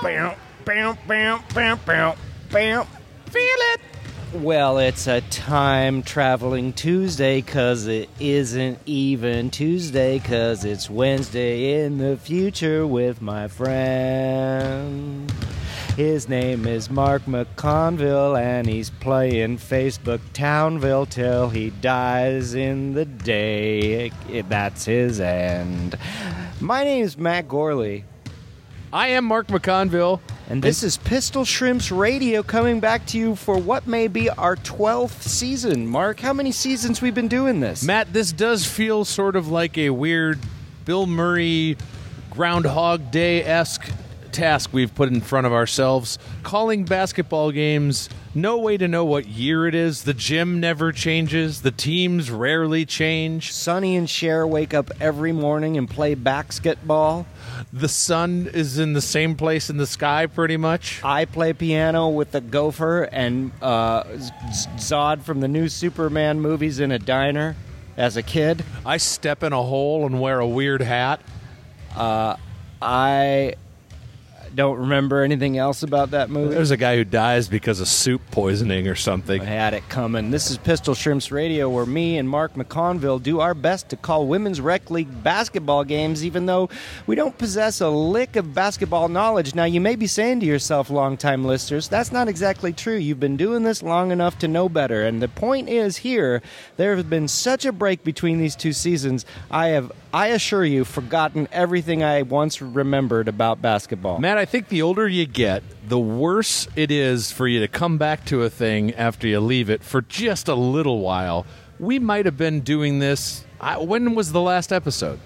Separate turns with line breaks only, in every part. Bam, bam, bam, bam, bam, bam. Feel it.
Well, it's a time traveling Tuesday because it isn't even Tuesday because it's Wednesday in the future with my friend. His name is Mark McConville and he's playing Facebook Townville till he dies in the day. It- That's his end. My name is Matt Gorley.
I am Mark McConville.
And this is Pistol Shrimps Radio coming back to you for what may be our 12th season. Mark, how many seasons we've been doing this?
Matt, this does feel sort of like a weird Bill Murray Groundhog Day esque task we've put in front of ourselves. Calling basketball games, no way to know what year it is. The gym never changes, the teams rarely change.
Sonny and Cher wake up every morning and play basketball.
The sun is in the same place in the sky, pretty much.
I play piano with the gopher and uh, Z- Z- Zod from the new Superman movies in a diner as a kid.
I step in a hole and wear a weird hat.
I don't remember anything else about that movie.
There's a guy who dies because of soup poisoning or something.
I had it coming. This is Pistol Shrimps Radio, where me and Mark McConville do our best to call women's rec league basketball games, even though we don't possess a lick of basketball knowledge. Now, you may be saying to yourself, longtime listeners, that's not exactly true. You've been doing this long enough to know better. And the point is here, there has been such a break between these two seasons. I have, I assure you, forgotten everything I once remembered about basketball.
Matt, I think the older you get, the worse it is for you to come back to a thing after you leave it for just a little while. We might have been doing this. I, when was the last episode?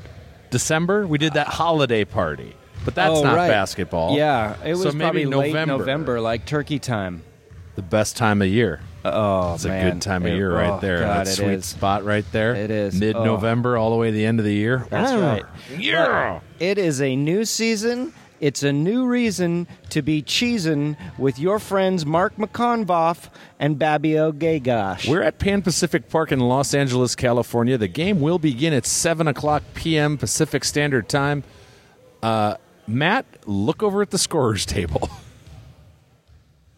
December? We did that holiday party. But that's
Oh,
not
right.
basketball.
Yeah, it was
so maybe
probably late
November,
November, like turkey time.
The best time of year.
Oh,
It's a good time of year right there.
God,
that
it
sweet
is.
spot right there.
It is. Oh.
Mid November all the way to the end of the year.
That's right.
Yeah.
But it is a new season. It's a new reason to be cheesin' with your friends Mark McConvoff and Babio Gaygosh.
We're at Pan Pacific Park in Los Angeles, California. The game will begin at 7 o'clock p.m. Pacific Standard Time. Uh, Matt, look over at the scorer's table.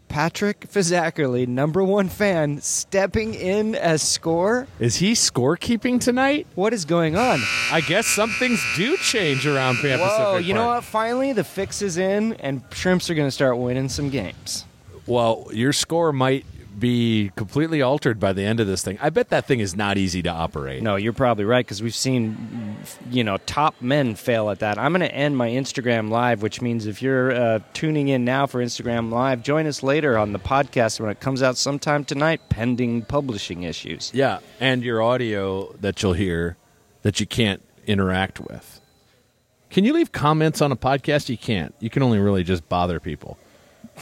Patrick Fizzackerly, number one fan, stepping in as score.
Is he scorekeeping tonight?
What is going on?
I guess some things do change around Pan Pacific
Whoa,
Park.
you know what? Finally, the fix is in, and shrimps are going to start winning some games.
Well, your score might be completely altered by the end of this thing. I bet that thing is not easy to operate.
No, you're probably right because we've seen, you know, top men fail at that. I'm going to end my Instagram live, which means if you're uh, tuning in now for Instagram live, join us later on the podcast when it comes out sometime tonight, pending publishing issues.
Yeah, and your audio that you'll hear that you can't interact with. Can you leave comments on a podcast? You can't. You can only really just bother people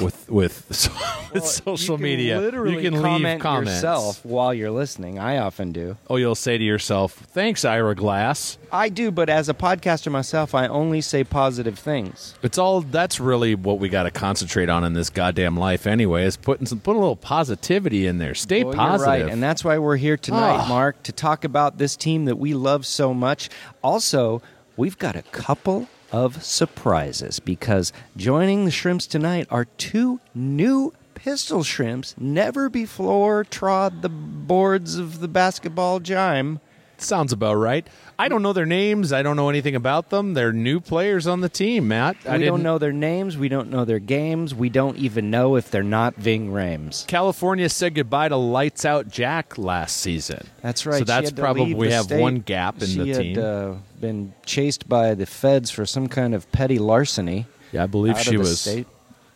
with with, so, with social media.
Literally,
you can
comment
leave comments.
yourself while you're listening. I often do.
Oh, you'll say to yourself, "Thanks, Ira Glass."
I do, but as a podcaster myself, I only say positive things.
It's all that's really what we got to concentrate on in this goddamn life, anyway. Is putting some put a little positivity in there. Stay
Well,
positive.
You're right, and that's why we're here tonight,
Ah.
Mark, to talk about this team that we love so much. Also, we've got a couple of surprises because joining the shrimps tonight are two new pistol shrimps, never before trod the boards of the basketball gym.
Sounds about right. I don't know their names. I don't know anything about them. They're new players on the team, Matt. I
we don't
didn't-
know their names. We don't know their games. We don't even know if they're not Ving Rames.
California said goodbye to Lights Out Jack last season.
That's right.
So
She
that's
had to
probably
leave
we
the
have
state.
one gap in
she
the
had,
team.
uh, been chased by the feds for some kind of petty larceny.
yeah, I believe
out of
she
the
was
state.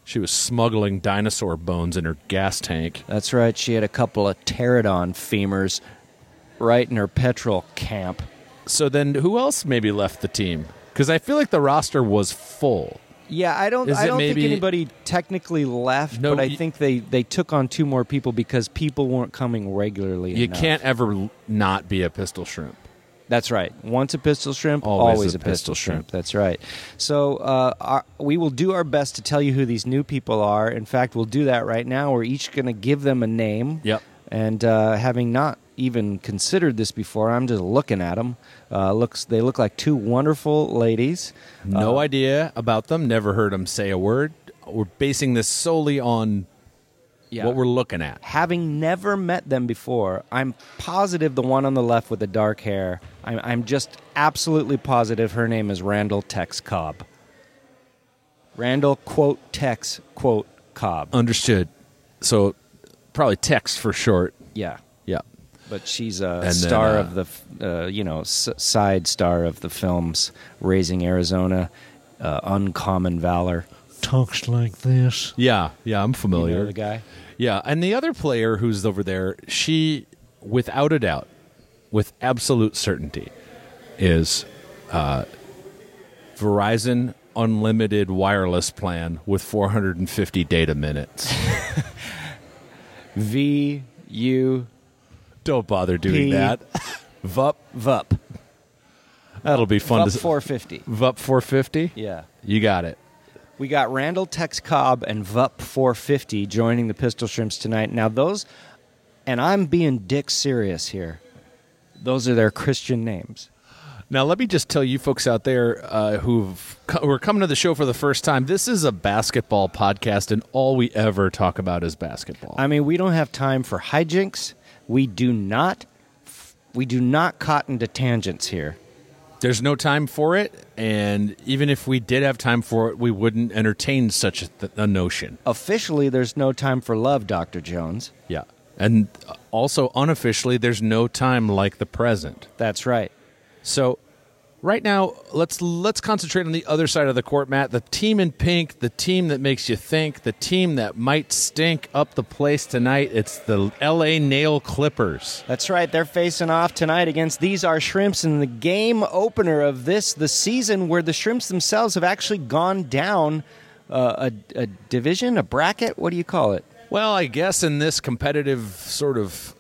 she was smuggling dinosaur bones in her gas tank.
That's right. She had a couple of pterodon femurs right in her petrol camp.
So then, who else maybe left the team? Because I feel like the roster was full.
Yeah, I don't.
Is
I
it
don't
maybe-
think anybody technically left,
No,
but I
y-
think they they took on two more people because people weren't coming regularly.
You
enough.
can't ever l- not be a pistol shrimp.
That's right. Once a pistol shrimp,
Always
always, a,
a pistol
pistol, shrimp.
shrimp.
That's right. So uh, our, we will do our best to tell you who these new people are. In fact, we'll do that right now. We're each going to give them a name.
Yep.
And uh, having not even considered this before, I'm just looking at them. Uh, looks, they look like two wonderful ladies.
No idea about them. Never heard them say a word. We're basing this solely on what we're looking at.
having never met them before, I'm positive the one on the left with the dark hair. I'm, I'm just absolutely positive her name is Randall Tex Cobb. Randall quote Tex quote Cobb.
Understood. So probably text for short.
yeah,
Yeah.
but she's a
then,
star
uh,
of the f- uh, you know s- side star of the films Raising Arizona, uh, Uncommon Valor.
talks like this.
Yeah. Yeah. I'm
You
familiar.
know the guy.
Yeah. And the other player who's over there, she, without a doubt, with absolute certainty, is uh, Verizon Unlimited Wireless Plan with 450 data minutes.
V U
Don't bother doing
P.
that. Vup.
Vup.
That'll be fun
Vup
to
450.
Vup 450?
Yeah.
You got it.
We got Randall Tex Cobb and Vup 450 joining the Pistol Shrimps tonight. Now, those, and I'm being dick serious here, those are their Christian names.
Now, let me just tell you folks out there uh, who've, co- who are coming to the show for the first time this is a basketball podcast, and all we ever talk about is basketball.
I mean, we don't have time for hijinks. We do not, we do not cotton to tangents here.
There's no time for it, and even if we did have time for it, we wouldn't entertain such a, th- a notion.
Officially, there's no time for love, Dr. Jones.
Yeah. And uh, also, unofficially, there's no time like the present.
That's right.
So right now, let's let's concentrate on the other side of the court, Matt. The team in pink, the team that makes you think, the team that might stink up the place tonight. It's the LA Nail Clippers.
That's right. They're facing off tonight against These Are Shrimps in the game opener of this, the season where the Shrimps themselves have actually gone down uh, a, a division, a bracket. What do you call it?
Well, I guess in this competitive sort of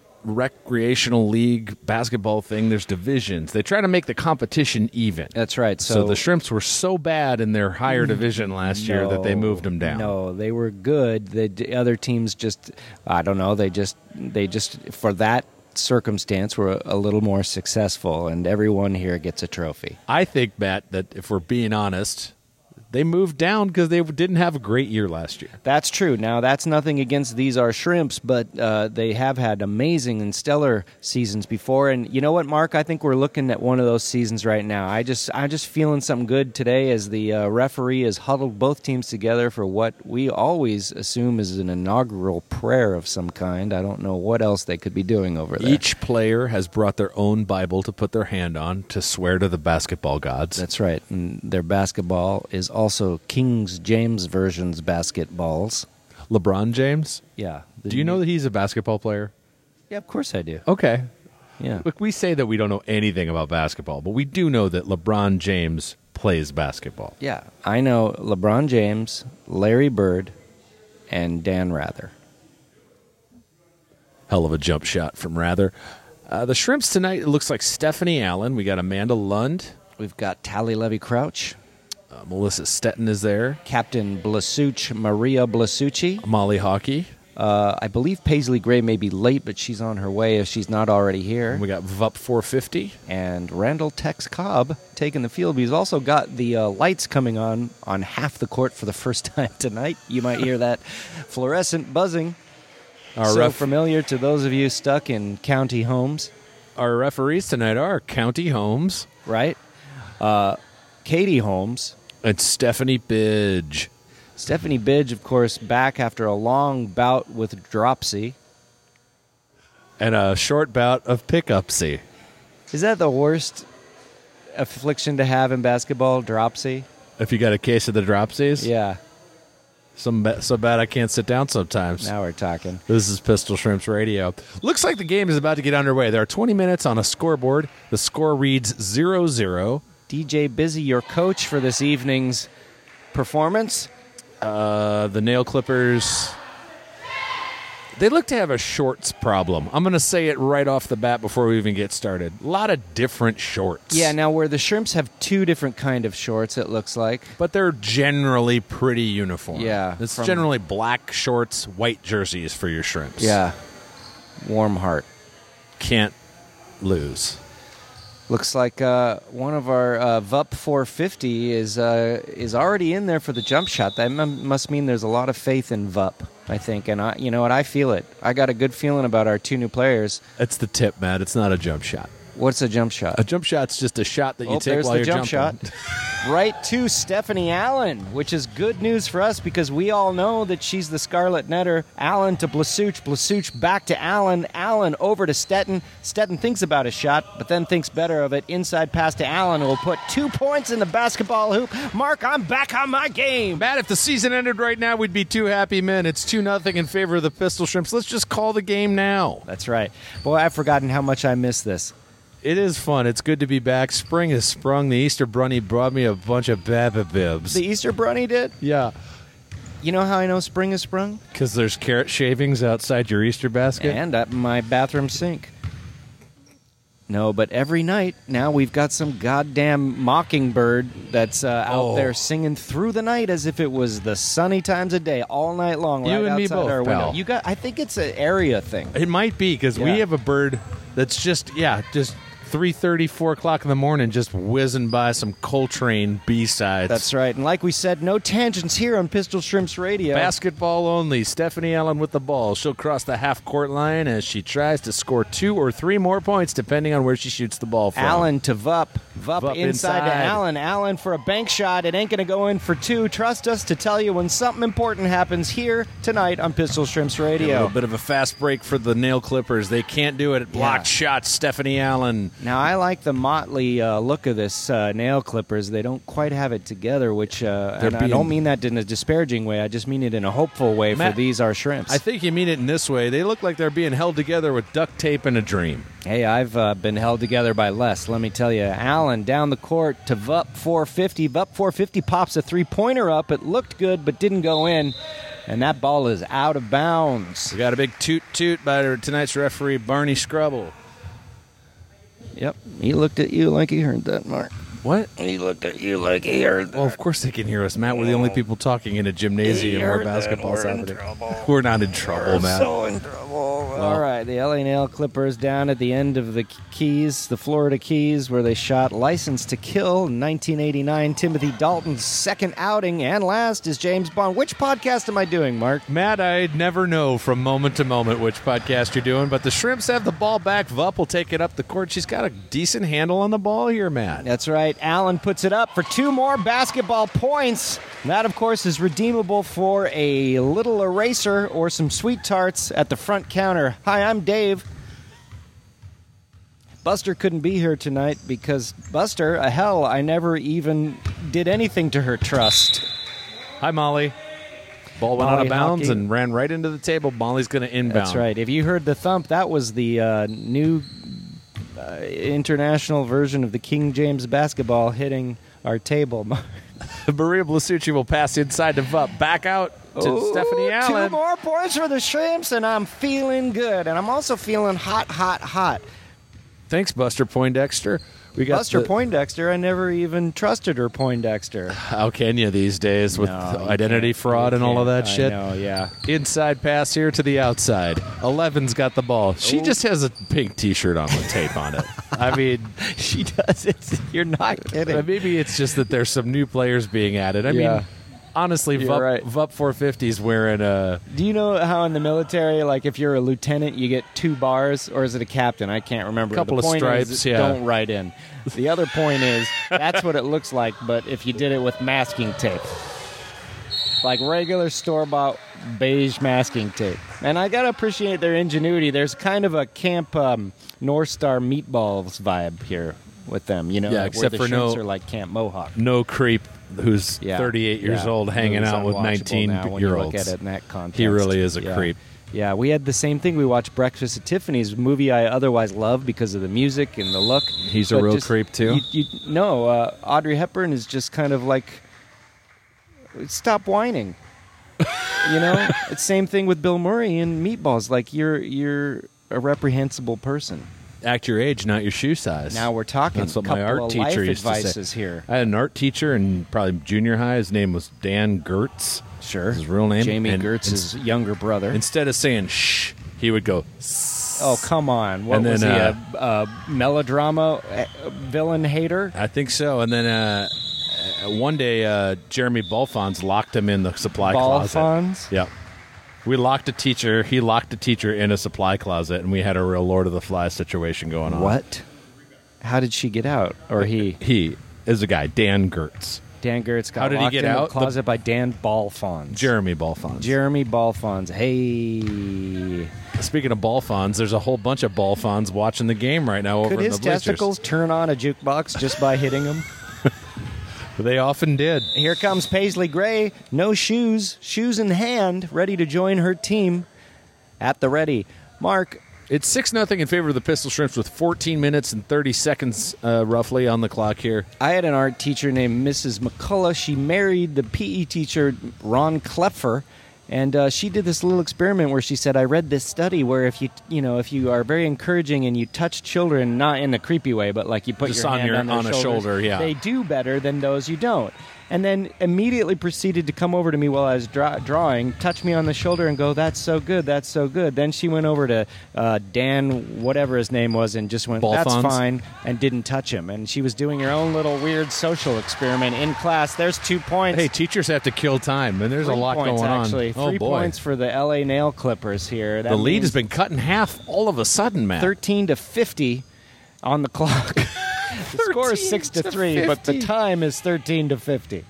recreational league basketball thing, there's divisions. They try to make the competition even.
That's right.
so,
So,
Mm-hmm. the shrimps were so bad in their higher division last year that they
No,
moved them down.
No, they were good. The d- other teams just, I don't know, they just, they just, for that circumstance, were a, a little more successful, and everyone here gets a trophy.
I think, Matt, that if we're being honest, they moved down because they didn't have a great year last year.
That's true. Now, that's nothing against these are shrimps, but uh, they have had amazing and stellar seasons before. And you know what, Mark? I think we're looking at one of those seasons right now. I just, I'm just feeling something good today as the uh, referee has huddled both teams together for what we always assume is an inaugural prayer of some kind. I don't know what else they could be doing over there.
Each player has brought their own Bible to put their hand on to swear to the basketball gods.
That's right. And their basketball is also King's James version's basketballs.
LeBron James.
Yeah.
Do you know that he's a basketball player?
Yeah, of course I do.
Okay.
Yeah.
Look, we say that we don't know anything about basketball, but we do know that LeBron James plays basketball.
Yeah, I know LeBron James, Larry Bird, and Dan Rather.
Hell of a jump shot from Rather. Uh, the Shrimps tonight, it looks like Stephanie Allen. We got Amanda Lund.
We've got Tally Levy Crouch,
Uh, Melissa Stetton is there.
Captain Blasuch, Maria Blasucci.
Molly Hockey.
Uh, I believe Paisley Gray may be late, but she's on her way if she's not already here.
And we got Vup 450.
And Randall Tex Cobb taking the field. He's also got the uh, lights coming on on half the court for the first time tonight. You might hear that fluorescent buzzing.
Our
so
ref-
familiar to those of you stuck in county homes.
our referees tonight are County Holmes
right? Uh, Katie Holmes,
and Stephanie Bidge.
Stephanie Bidge, of course, back after a long bout with dropsy.
And a short bout of pickupsy.
Is that the worst affliction to have in basketball? Dropsy?
If you got a case of the dropsies,
Yeah.
some ba- so bad I can't sit down sometimes.
Now we're talking.
This is Pistol Shrimps Radio. Looks like the game is about to get underway. There are 20 minutes on a scoreboard. The score reads 0 0.
DJ Busy, your coach for this evening's performance.
Uh, the nail clippers. They look to have a shorts problem. I'm going to say it right off the bat before we even get started. A lot of different shorts.
Yeah, now where the shrimps have two different kind of shorts, it looks like.
but they're generally pretty uniform.
Yeah,
It's
from-
generally black shorts, white jerseys for your shrimps.
Yeah. Warm heart.
Can't lose.
Looks like uh, one of our uh, VUP 450 is uh, is already in there for the jump shot. That m- must mean there's a lot of faith in VUP, I think. And I, you know what? I feel it. I got a good feeling about our two new players.
It's the tip, Matt. It's not a jump shot.
What's a jump shot?
A jump shot's just a shot that you
Oh,
take
there's
while
the
you're
jump
jumping.
shot. right to Stephanie Allen, which is good news for us because we all know that she's the scarlet netter. Allen to Blasuch, Blasuch back to Allen, Allen over to Stetton. Stetton thinks about his shot, but then thinks better of it. Inside pass to Allen, who will put two points in the basketball hoop. Mark, I'm back on my game.
Matt, if the season ended right now, we'd be two happy men. It's two nothing in favor of the Pistol Shrimps. Let's just call the game now.
That's right. Boy, I've forgotten how much I miss this.
It is fun. It's good to be back. Spring has sprung. The Easter Bunny brought me a bunch of babba bibs.
The Easter Brunny did.
yeah,
You know how I know spring is sprung?
because there's carrot shavings outside your Easter basket.
and at my bathroom sink. No, but every night now we've got some goddamn mockingbird that's uh, out
Oh.
there singing through the night as if it was the sunny times of day all night long.
You
right
and me
outside
both,
our window.
pal.
You got? I think it's an area thing.
It might be because
Yeah.
we have a bird that's just yeah, just three thirty, four o'clock in the morning, just whizzing by some Coltrane B sides.
That's right. And like we said, no tangents here on Pistol Shrimps Radio.
Basketball only. Stephanie Allen with the ball. She'll cross the half court line as she tries to score two or three more points, depending on where she shoots the ball from.
Allen to Vup. Vup, inside,
Vup
to
inside.
Allen. Allen for a bank shot. It ain't going to go in for two. Trust us to tell you when something important happens here tonight on Pistol Shrimps
A
Radio.
little bit of a fast break for the nail clippers. They can't do it. Blocked shot, Stephanie Allen.
Now I like the motley uh, look of this uh, nail clippers. They don't quite have it together, which uh,
They're
and I
being-
don't mean that in a disparaging way. I just mean it in a hopeful way
Matt,
for these are shrimps.
I think you mean it in this way. They look like they're being held together with duct tape and a dream.
hey, I've uh, been held together by less. Let me tell you, Allen down the court to Vup 450. Vup 450 pops a three pointer up. It looked good, but didn't go in, and that ball is out of bounds.
We got a big toot toot by tonight's referee, Barney Scrubble.
Yep, he looked at you like he heard that, Mark.
What?
He looked at you like he heard that.
Well, of course they can hear us, Matt. We're the only people talking in a gymnasium where
You're dead.
basketball's
We're in
happening.
trouble.
We're not in trouble, Matt.
so in trouble.
All right, the LA Nail Clippers down at the end of the Keys, the Florida Keys, where they shot License to Kill in 1989. Timothy Dalton's second outing, and last is James Bond. Which podcast am I doing, Mark?
Matt, I'd never know from moment to moment which podcast you're doing, but the Shrimps have the ball back. Vup will take it up the court. She's got a decent handle on the ball here, Matt.
That's right. Allen puts it up for two more basketball points. And That, of course, is redeemable for a little eraser or some sweet tarts at the front counter. Hi, I'm Dave. Buster couldn't be here tonight because Buster, uh, hell, I never even did anything to her trust.
Hi, Molly. Ball went out
Molly
of bounds
Hockey.
and ran right into the table. Molly's going to inbound.
That's right. If you heard the thump, that was the uh, new uh, international version of the King James basketball hitting our table.
Maria Blasucci will pass inside to Vup. Back out to
Ooh,
Stephanie Allen.
Oh, Two more points for the shrimps, and I'm feeling good. And I'm also feeling hot, hot, hot.
Thanks, Buster Poindexter. We got
Buster
the-
Poindexter, I never even trusted her Poindexter.
How can you these days with
No, you
identity
can't-
fraud
you
and all of
can't.
that
I
shit?
know, yeah.
Inside pass here to the outside. Eleven's got the ball.
Oh.
She just has a pink T-shirt on with tape on it. I mean,
She does it. You're not kidding.
maybe it's just that there's some new players being added. I
Yeah.
mean, honestly,
You're
Vup,
right.
Vup 450s wearing a.
Do you know how in the military, like if you're a lieutenant, you get two bars, or is it a captain? I can't remember.
Couple
the
of
point is,
stripes, yeah.
Don't write in. The other point is that's what it looks like, but if you did it with masking tape, like regular store bought beige masking tape, and I gotta appreciate their ingenuity. There's kind of a camp um, North Star meatballs vibe here with them, you know?
Yeah,
where
except
the
for no-
shrimps are like camp Mohawk.
no creep who's
Yeah.
38 years
Yeah.
old hanging
Who's
out with
unwatchable
19
now when you
year
look
olds.
at it in that context.
He really is a
Yeah.
creep.
Yeah, we had the same thing. We watched Breakfast at Tiffany's, a movie I otherwise love because of the music and the look.
He's a
But
real creep, too?
You, you, no, uh, Audrey Hepburn is just kind of like, stop whining. you know, it's same thing with Bill Murray in Meatballs. Like you're you're a reprehensible person.
Act your age, not your shoe size.
Now we're talking.
That's what
Couple
my art
of
teacher
life
used to
advices
say.
here.
I had an art teacher in probably junior high. His name was Dan Gertz.
Sure.
His real name.
Jamie
And
Gertz's younger brother.
Instead of saying shh, he would go. "Sss."
Oh come on! What
And then,
was he
uh,
a, a melodrama uh, villain hater?
I think so. And then uh, uh, one day, uh, Jeremy Bolfons locked him in the supply
Bolfons?
closet. Yep. We locked a teacher. He locked a teacher in a supply closet, and we had a real Lord of the Flies situation going on.
What? How did she get out? Or he?
He is a guy, Dan Gertz,
Dan Gertz got
How did he
locked
get
in
out?
the
The-
closet by Dan Balfons.
Jeremy Bolfons.
Jeremy Balfons. Hey,
Speaking of Bolfons, there's a whole bunch of Bolfons watching the game right now over
could
in
his
the bleachers.
testicles turn on a jukebox just by hitting him?
They often did.
Here comes Paisley Gray, no shoes, shoes in hand, ready to join her team at the ready. Mark,
It's six nothing in favor of the Pistol Shrimps with 14 minutes and 30 seconds uh, roughly on the clock here.
I had an art teacher named Mrs. McCullough. She married the PE teacher Ron Kleffer, and uh, she did this little experiment where she said, "I read this study where if you you know if you are very encouraging and you touch children not in a creepy way, but like you put
Just
your
on
hand
your-
on, their
on a
shoulders,
shoulder, yeah.
they do better than those you don't." And then immediately proceeded to come over to me while I was draw- drawing, touch me on the shoulder, and go, "That's so good, that's so good." Then she went over to uh, Dan, whatever his name was, and just went, "That's fine."
Balfons?
line and didn't touch him. And she was doing her own little weird social experiment in class. There's two points.
Hey, teachers have to kill time, and there's
Three
a lot
points,
going
actually.
on.
Three
oh boy,
points for the LA Nail Clippers here. That
the lead
means
has been cut in half all of a sudden, Matt.
13 to 50 on the clock. the score is 6 to
13 to
3, but the
50.
time is 13 to 50.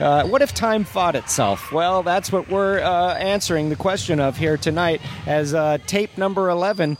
Uh, what if time fought itself? Well, that's what we're uh, answering the question of here tonight as uh, tape number 11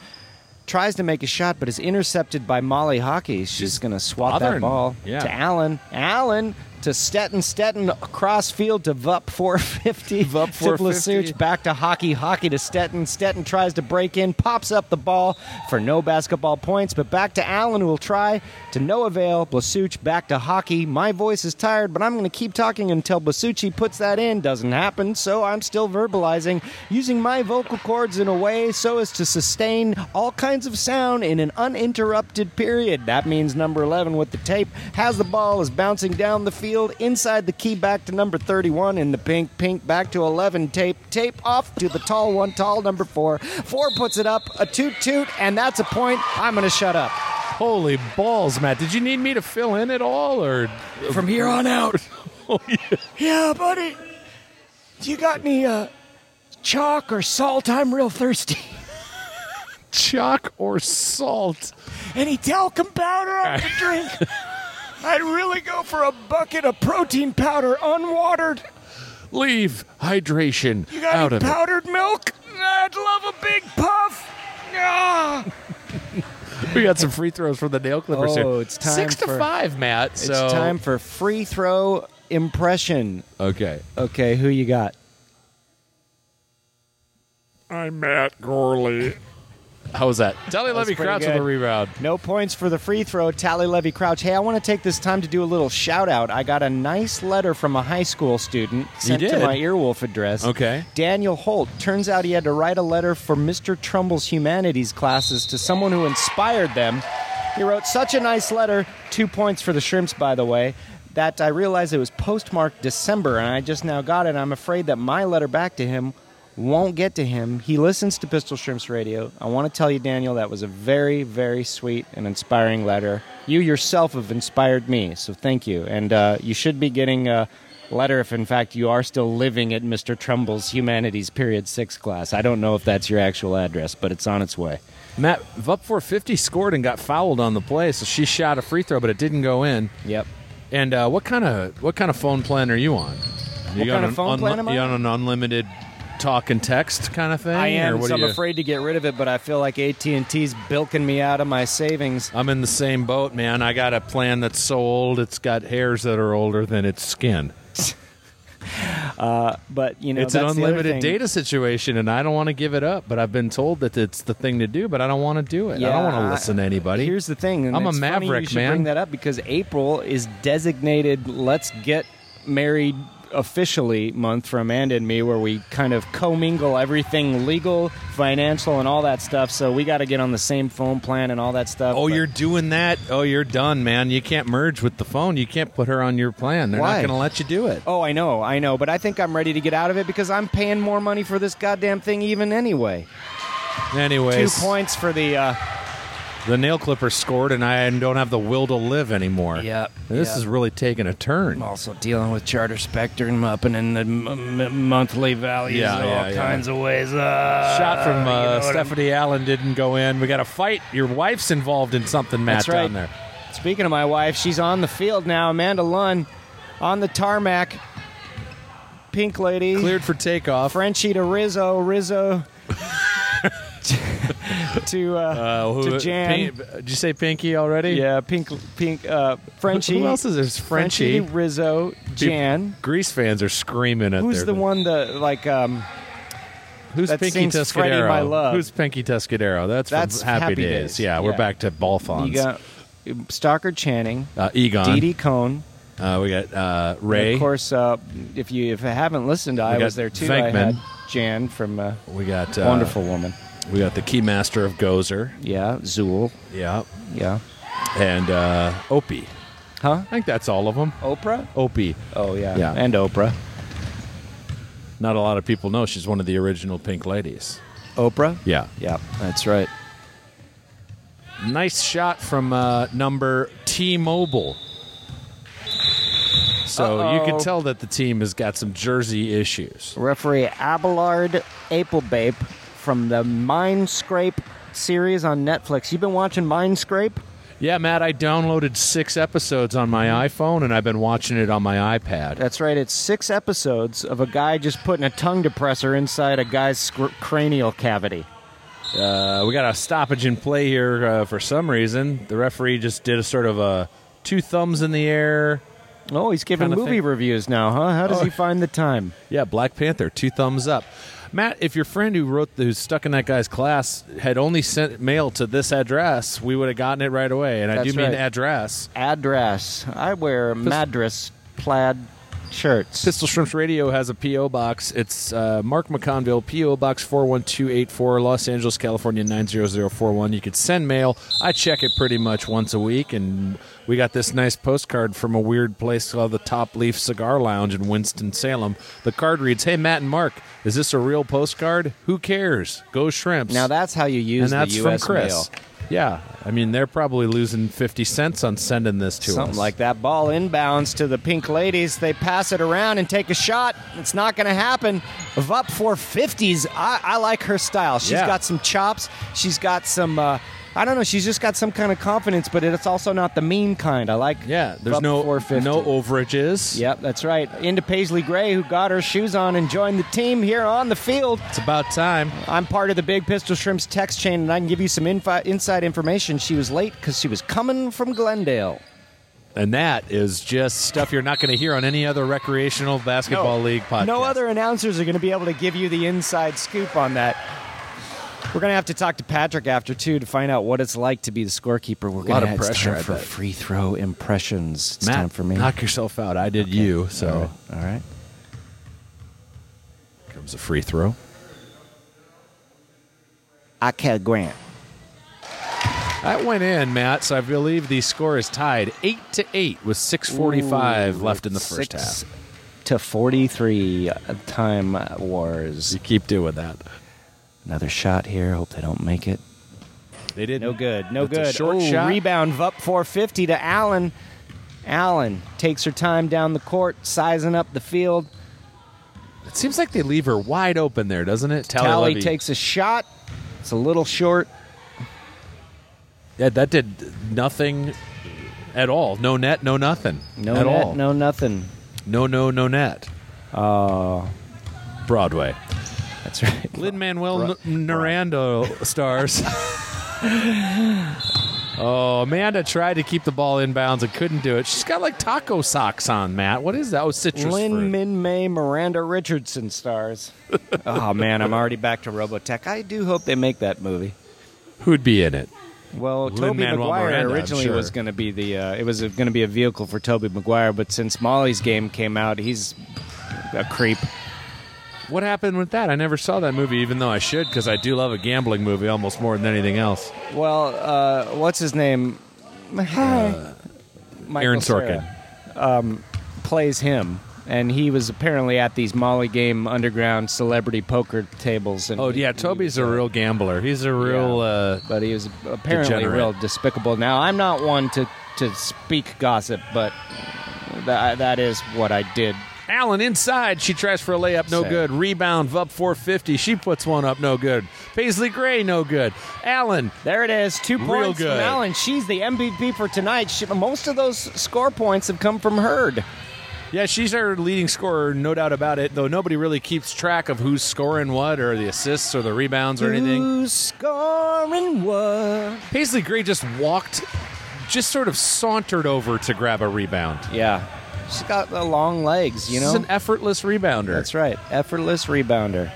tries to make a shot but is intercepted by Molly Hockey. She's
She's
going to swap that
bothering-
ball
yeah.
to Allen. Allen to Stetton. Stetton across field to Vup 450.
Vup
to
450.
Blasuch, back to hockey, hockey to Stetton. Stetton tries to break in, pops up the ball for no basketball points, but back to Allen who will try to no avail. Blasuch back to hockey. My voice is tired, but I'm going to keep talking until Blasucci puts that in. Doesn't happen, so I'm still verbalizing, using my vocal cords in a way so as to sustain all kinds of sound in an uninterrupted period. That means number 11 with the tape has the ball, is bouncing down the field, inside the key back to number 31 in the pink, pink back to 11 tape, tape off to the tall one, tall number four. Four puts it up, a toot toot, and that's a point. I'm going to shut up.
Holy balls, Matt! Did you need me to fill in at all, or
From here on out. yeah. buddy. Do you got any uh, chalk or salt? I'm real thirsty.
chalk or salt?
Any talcum powder I could drink? I'd really go for a bucket of protein powder unwatered.
Leave hydration
You got
out
any
of it.
powdered milk? I'd love a big puff. Ah.
We got some free throws from the nail clippers here.
Oh, it's time
six
for-
to five, Matt. So
It's time for free throw impression.
Okay,
Okay, who you got?
I'm Matt Gorley.
how was that? Dally Levy
pretty
Crouch with
good.
a rebound.
No points for the free throw, Tally Levy Crouch. Hey, I want to take this time to do a little shout out. I got a nice letter from a high school student sent to
did?
my earwolf address.
Okay.
Daniel Holt. Turns out he had to write a letter for Mr. Trumbull's humanities classes to someone who inspired them. He wrote such a nice letter, two points for the shrimps, by the way, that I realized it was postmarked December and I just now got it. I'm afraid that my letter back to him won't get to him. He listens to Pistol Shrimps Radio. I want to tell you, Daniel, that was a very, very sweet and inspiring letter. You yourself have inspired me, so thank you. And uh, you should be getting. Uh, letter if, in fact, you are still living at Mr. Trumbull's Humanities Period 6 class. I don't know if that's your actual address, but it's on its way.
Matt Vup 450 scored and got fouled on the play, so she shot a free throw, but it didn't go in.
Yep.
And uh, what kind of what kind of phone plan are you on? you
kind
on
of
an
phone plan am I
You
on?
on an unlimited talk and text kind of thing?
I
Or
am.
what
so
do
I'm
you-
afraid to get rid of it, but I feel like AT and T's bilking me out of my savings.
I'm in the same boat, man. I got a plan that's so old it's got hairs that are older than its skin.
But you know,
it's an
that's the other
unlimited
thing.
data situation, and I don't want to give it up. But I've been told that it's the thing to do, but I don't want to do it. I don't want
Yeah,
to listen to anybody.
Here's the thing. and
I'm a
it's funny you
maverick,
should
man.
Bring that up because April is designated "Let's Get Married" officially month for Amanda and me, where we kind of commingle everything legal, financial, and all that stuff. So we got to get on the same phone plan and all that stuff.
Oh,
but-
you're doing that. Oh, you're done, man. You can't merge with the phone. You can't put her on your plan. They're
Why?
not going to let you do it.
Oh, I know, I know, but I think I'm ready to get out of it because I'm paying more money for this goddamn thing even anyway.
Anyways,
Two points for the. Uh,
the nail clipper scored, and I don't have the will to live anymore.
Yep,
This
yep.
is really taking a turn.
I'm also dealing with Charter Spectrum up and in the m- m- monthly values
Yeah,
in all
yeah, yeah.
kinds of ways. Uh,
Shot from
you know
uh,
what I'm-
Stephanie Allen didn't go in. We got a fight. Your wife's involved in something, Matt,
That's right.
down there.
Speaking of my wife, she's on the field now. Amanda Lunn on the tarmac. Pink lady.
Cleared for takeoff.
Frenchie to Rizzo. Rizzo to, uh,
Uh, who-
to Jan.
Pink- did you say Pinky already?
Yeah, pink, pink, uh, Frenchie.
Who else is there's
Frenchie
Frenchie?
to Rizzo. Jan.
Grease fans are screaming at
Who's
their-
the one that, like, um,
Who's
that
Pinky
sings Freddie,
Tuscadero?
My Love?
Who's Pinky Tuscadero? That's,
That's
from Happy,
Happy
Days.
Days.
Yeah, we're
Yeah.
back to ball fonts.
you got um, Stockard Channing,
uh, Egon.
Dee Dee Cohn.
Uh, we got uh,
And
Ray.
Of course, uh, if you if I haven't listened, I
got
was there too. I
Venkman.
had Jan from uh,
We got uh,
Wonderful Woman.
We got the Keymaster of Gozer.
Yeah, Zool.
Yeah,
Yeah,
and uh, Opie.
huh?
I think that's all of them.
Oprah.
Opie.
Oh yeah,
Yeah.
and Oprah.
Not a lot of people know she's one of the original Pink Ladies.
Oprah.
Yeah.
Yeah, that's right.
Nice shot from uh, number T-Mobile. So you can
Uh-oh.
tell that the team has got some jersey issues.
Referee Abelard Applebape from the Mindscape series on Netflix. You've been watching Mindscape?
Yeah, Matt, I downloaded six episodes on my iPhone and I've been watching it on my iPad.
That's right. It's six episodes of a guy just putting a tongue depressor inside a guy's scr- cranial cavity.
Uh, we got a stoppage in play here uh, for some reason. The referee just did a sort of a two thumbs in the air.
Oh, he's giving
Kinda
movie
thing.
reviews now, huh? How does
Oh.
he find the time?
Yeah, Black Panther, two thumbs up. Matt, if your friend who wrote who's stuck in that guy's class had only sent mail to this address, we would have gotten it right away. And I
That's
do mean
right.
address.
Address. I wear madras plaid shirts.
Pistol Shrimps Radio has a P.O. box. It's uh, Mark McConville, P.O. Box 41284, Los Angeles, California 90041. You could send mail. I check it pretty much once a week. And we got this nice postcard from a weird place called the Top Leaf Cigar Lounge in Winston-Salem. The card reads Hey, Matt and Mark, is this a real postcard? Who cares? Go Shrimps.
Now that's how you use
and that's
the
from
U.S.
Chris.
mail.
Yeah. I mean, they're probably losing 50 cents on sending this to
Something
us.
like that. Ball inbounds to the pink ladies. They pass it around and take a shot. It's not going to happen. Vup 450s. I, I like her style. She's
Yeah.
got some chops. She's got some. Uh, I don't know. She's just got some kind of confidence, but it's also not the mean kind. I like.
Yeah, there's
Vup
no
450.
no overages.
Yep, that's right. Into Paisley Gray, who got her shoes on and joined the team here on the field.
It's about time.
I'm part of the Big Pistol Shrimps text chain, and I can give you some infi- inside information. She was late because she was coming from Glendale.
And that is just stuff you're not going to hear on any other recreational basketball league podcast.
No other announcers are going to be able to give you the inside scoop on that. We're going to have to talk to Patrick after, too, to find out what it's like to be the scorekeeper. We're going
lot
to
of
have it's
pressure,
time
I
for
bet.
free throw impressions. It's
Matt,
time for me.
knock yourself out. I did you. So
All right. All right.
comes a free throw.
Akel Grant.
That went in, Matt. So I believe the score is tied eight to eight with six forty-five left in the first
Six
half.
To 43 uh, time uh, wars.
You keep doing that.
Another shot here. Hope they don't make it.
They did
No good. No
That's a
good.
short
Ooh,
shot.
Rebound up 450 to Allen. Allen takes her time down the court, sizing up the field.
It seems like they leave her wide open there, doesn't it? Tally,
Tally
Levy.
takes a shot. It's a little short.
Yeah, that did nothing at all. No net, no nothing.
No net,
at all.
no nothing.
no, no, no net. Oh, Broadway.
That's right.
Lin Manuel Miranda stars. oh, Amanda tried to keep the ball inbounds and couldn't do it. She's got like taco socks on, Matt. What is that? Oh, citrus fruit.
Lynn Min May Miranda Richardson stars. oh man, I'm already back to Robotech. I do hope they make that movie.
Who'd be in it?
Well, Toby
Lin-Manuel
Maguire
Miranda, I'm
originally
sure.
was going to be the uh, it was going to be a vehicle for Toby Maguire, but since Molly's game came out, he's a creep.
What happened with that? I never saw that movie, even though I should, because I do love a gambling movie almost more than anything else.
Well, uh, what's his name? Hi. Michael
Uh, Aaron
Cera
Sorkin.
plays him. And he was apparently at these Molly Game underground celebrity poker tables. And
Oh
he-
yeah,
he
Toby's
was,
a
uh,
real gambler. He's a real.
Yeah.
Uh,
but he was apparently
Degenerate.
real despicable. Now I'm not one to to speak gossip, but tha that is what I did.
Allen inside. She tries for a layup, no
Sad.
good. Rebound, Vup 450. She puts one up, no good. Paisley Gray, no good. Allen,
There it is, two
Real
points
good.
from Allen. She's the MVP for tonight. She, most of those score points have come from Hurd.
yeah, she's our leading scorer, no doubt about it. Though nobody really keeps track of who's scoring what, or the assists, or the rebounds, or anything.
Who's scoring what?
Paisley Gray just walked, just sort of sauntered over to grab a rebound.
Yeah, she's got the long legs. You know,
She's an effortless rebounder.
That's right. Effortless rebounder.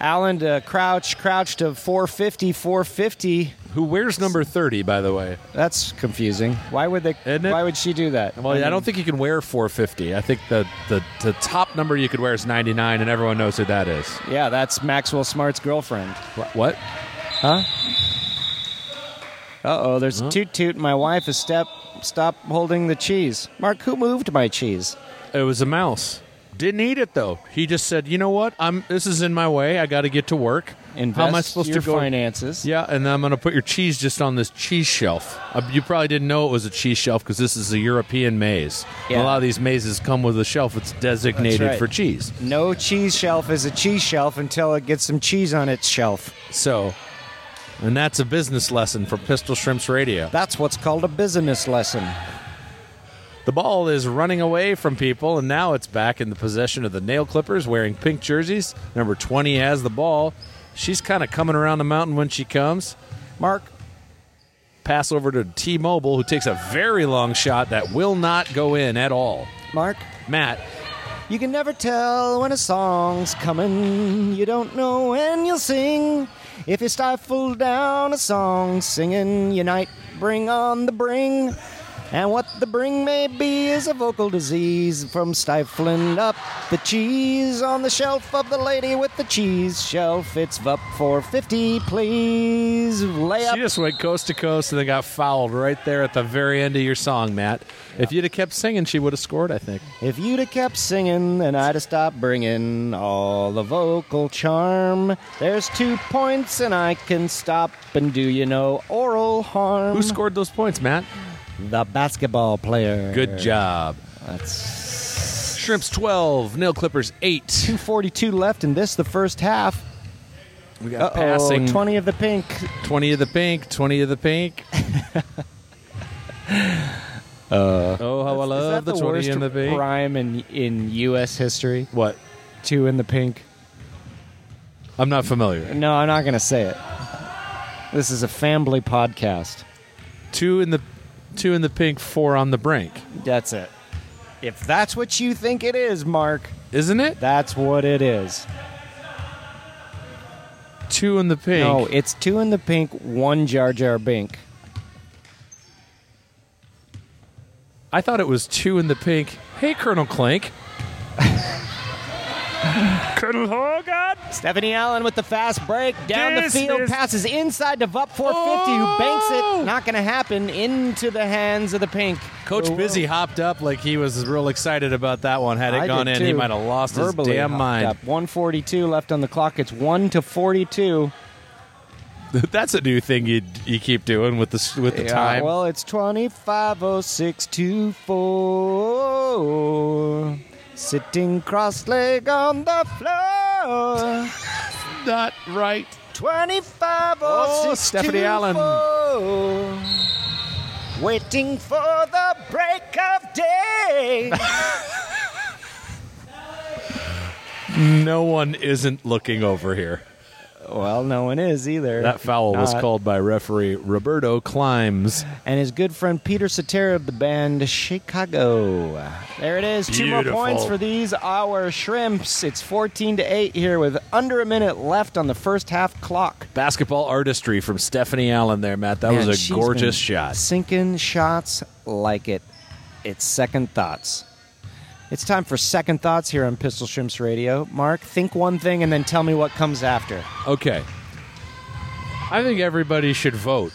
Allen to Crouch, Crouch to 450, 450.
Who wears number thirty, by the way?
That's confusing. Why would they?
Isn't it?
Why would she do that?
Well, I, don't think you can wear 450. I think the, the, the top number you could wear is 99, and everyone knows who that is.
Yeah, that's Maxwell Smart's girlfriend.
Wh- What?
Uh oh, there's a toot toot. My wife has step stop holding the cheese. Mark, who moved my cheese?
It was a mouse. Didn't eat it though. He just said, "You know what? I'm. This is in my way. I got to get to work.
Invest
How am I supposed
your
to go-
finances?
Yeah, and I'm going to put your cheese just on this cheese shelf. Uh, You probably didn't know it was a cheese shelf because this is a European maze. And
Yeah.
A lot of these mazes come with a shelf that's designated
That's right.
for cheese.
No cheese shelf is a cheese shelf until it gets some cheese on its shelf.
So, and that's a business lesson for Pistol Shrimps Radio.
That's what's called a business lesson.
The ball is running away from people, and now it's back in the possession of the nail clippers wearing pink jerseys. Number 20 has the ball. She's kind of coming around the mountain when she comes.
Mark,
Pass over to T Mobile, who takes a very long shot that will not go in at all.
Mark,
Matt,
You can never tell when a song's coming. You don't know when you'll sing. If you stifle down a song singing, unite, bring on the bring. And what the bring may be is a vocal disease from stifling up the cheese on the shelf of the lady with the cheese shelf. It's up for 50, please. Lay up.
she just went coast to coast and then got fouled right there at the very end of your song, Matt. If you'd have kept singing, she would have scored, I think.
If you'd have kept singing, then I'd have stopped bringing all the vocal charm. There's two points, and I can stop and do you no oral harm.
Who scored those points, Matt?
The basketball player.
Good job.
That's
Shrimps 12, Nail Clippers 8.
242 left in this, the first half.
We
Uh
got
oh,
passing
20 of the pink.
20 of the pink, 20 of the pink. Uh, oh, how I
Is
love
that
the, 20
worst
in the pink.
rhyme in, in U.S. history?
What?
Two in the pink.
I'm not familiar.
No, I'm not going to say it. This is a family podcast.
Two in the two in the pink, four on the brink.
That's it. If that's what you think it is, Mark,
Isn't it?
that's what it is.
Two in the pink.
No, it's two in the pink, one Jar Jar Bink.
I thought it was two in the pink. Hey, Colonel Clink.
Colonel Hogan.
Stephanie Allen with the fast break down
This
the field,
is-
passes inside to Vup 450, who banks
Oh!
it. Not going to happen into the hands of the pink. Oh,
Coach
Whoa.
Busy hopped up like he was real excited about that one. Had it
I
gone
did
in, he
too.
might have lost
Verbally
his damn
hopped
mind.
Up. 142 left on the clock. It's one to 42.
That's a new thing you you keep doing with the s- with the
Yeah,
time.
Well, it's 250624. Sitting cross legged on the floor.
Oh, not right.
250624.
Oh, Stephanie Allen.
Waiting for the break of day.
No one isn't looking over here.
well, no one is either.
That foul was
Not.
called by referee Roberto Climbs.
and his good friend Peter Cetera of the band Chicago. There it is. Two
Beautiful.
more points for these our shrimps. It's 14 to 8 here with under a minute left on the first half clock.
Basketball artistry from Stephanie Allen there, Matt. That
Man,
was
she's
a gorgeous
been
shot.
Sinking shots like it. It's second thoughts. It's time for second thoughts here on Pistol Shrimps Radio. Mark, think one thing and then tell me what comes after.
Okay. I think everybody should vote.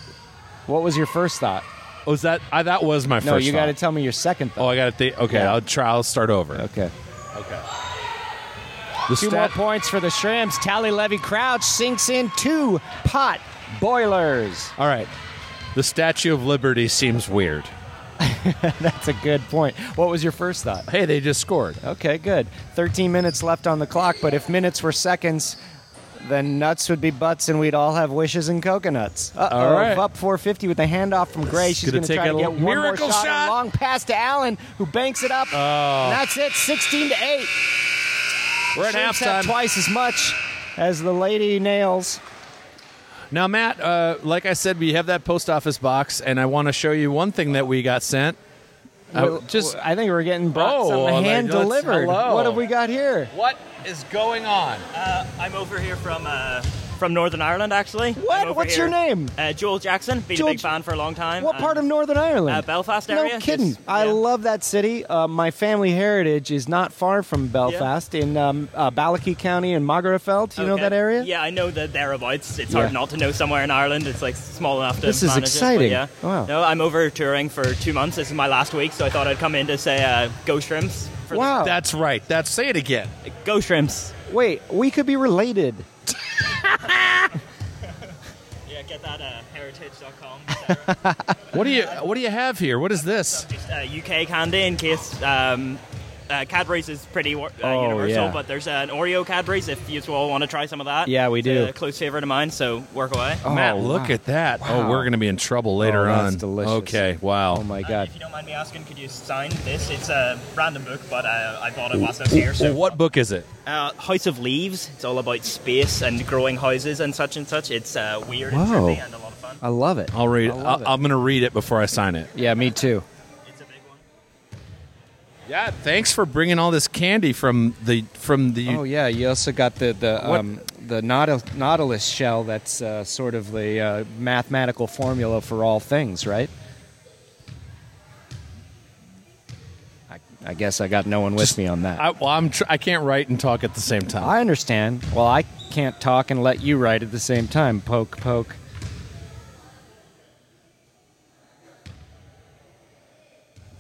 What was your first thought?
Was that I, that was my
No,
first
you got to
thought.
tell me your second
Oh,
thought.
I got to think. Okay,
Yeah.
I'll try. I'll start over.
okay.
Okay. The
Two
stat-
more points for the Shrimps. Tally Levy Crouch sinks in two pot boilers.
All right. The Statue of Liberty seems weird.
That's a good point. What was your first thought?
Hey, they just scored.
Okay, good. 13 minutes left on the clock, but if minutes were seconds, then nuts would be butts and we'd all have wishes and coconuts. Uh-oh,
All right.
Up 450 with a handoff from Gray. She's
gonna
going to
take
try to
a
get
l-
one more
miracle
shot.
shot. Oh.
A long pass to Allen, who banks it up. And that's it, 16 to 8.
We're at
Chiefs have
halftime.
twice as much as the Lady Nails.
Now, Matt, uh, like I said, we have that post office box, and I want to show you one thing that we got sent. Uh, just
I think we're getting brought
Oh, well,
some
like,
hand
let's-
delivered.
hello.
What have we got here?
what is going on?
Uh, I'm over here from uh, from Northern Ireland, actually.
What?
I'm over
What's your name?
Uh, Joel Jackson. Been
Joel
a big
J-
fan for a long time.
What
and-
part of Northern Ireland?
Uh, Belfast
No
area,
kidding.
just-
I
yeah.
love that city. Uh, my family heritage is not far from Belfast in um, uh, Ballachy County and Magarafelt. You know
Okay.
that area?
Yeah, I know the thereabouts. It's
Yeah.
hard not to know somewhere in Ireland. It's like small enough to.
This is
manage it, but
exciting.
yeah.
Wow.
No, I'm over touring for two months. This is my last week, so I thought I'd come in to say uh, go shrimps. For
Wow.
That's right. That's say it again.
The, go shrimps.
Wait, we could be related.
Yeah, get that uh, heritage.com.
What do you What do you have here? What is this?
just uh, UK candy in case um, uh, Cadbury's is pretty wor- uh,
Oh,
universal,
yeah.
but there's an Oreo Cadbury's if you all want to try some of that.
Yeah, we
It's
do.
A close favorite of mine, so work away.
Matt,
Oh,
look
wow.
at that.
Wow.
Oh, we're going to be in trouble later
Oh,
on.
that's delicious.
Okay. Wow.
Oh my
Uh,
God.
If you don't mind me asking, could you sign this? It's a random book, but uh, I bought it whilst I was here. So
Well, what book is it?
Uh, House of Leaves. It's all about space and growing houses and such and such. It's uh, weird and
Wow.
trippy and a lot of fun.
I love it.
I'll read.
I
I'll
love it.
I'm going to read it Uh, um, before I sign it.
yeah, me too.
It's a big one.
Yeah. Thanks for bringing all this candy from the from the.
Oh yeah, you also got the the
What-
um, the nautil- nautilus shell. That's uh, sort of the uh, mathematical formula for all things, right? I, I guess I got no one with me on that.
I, well, I'm. Tr- I can't write and talk at the same time.
I understand. Well, I can't talk and let you write at the same time. Poke, poke.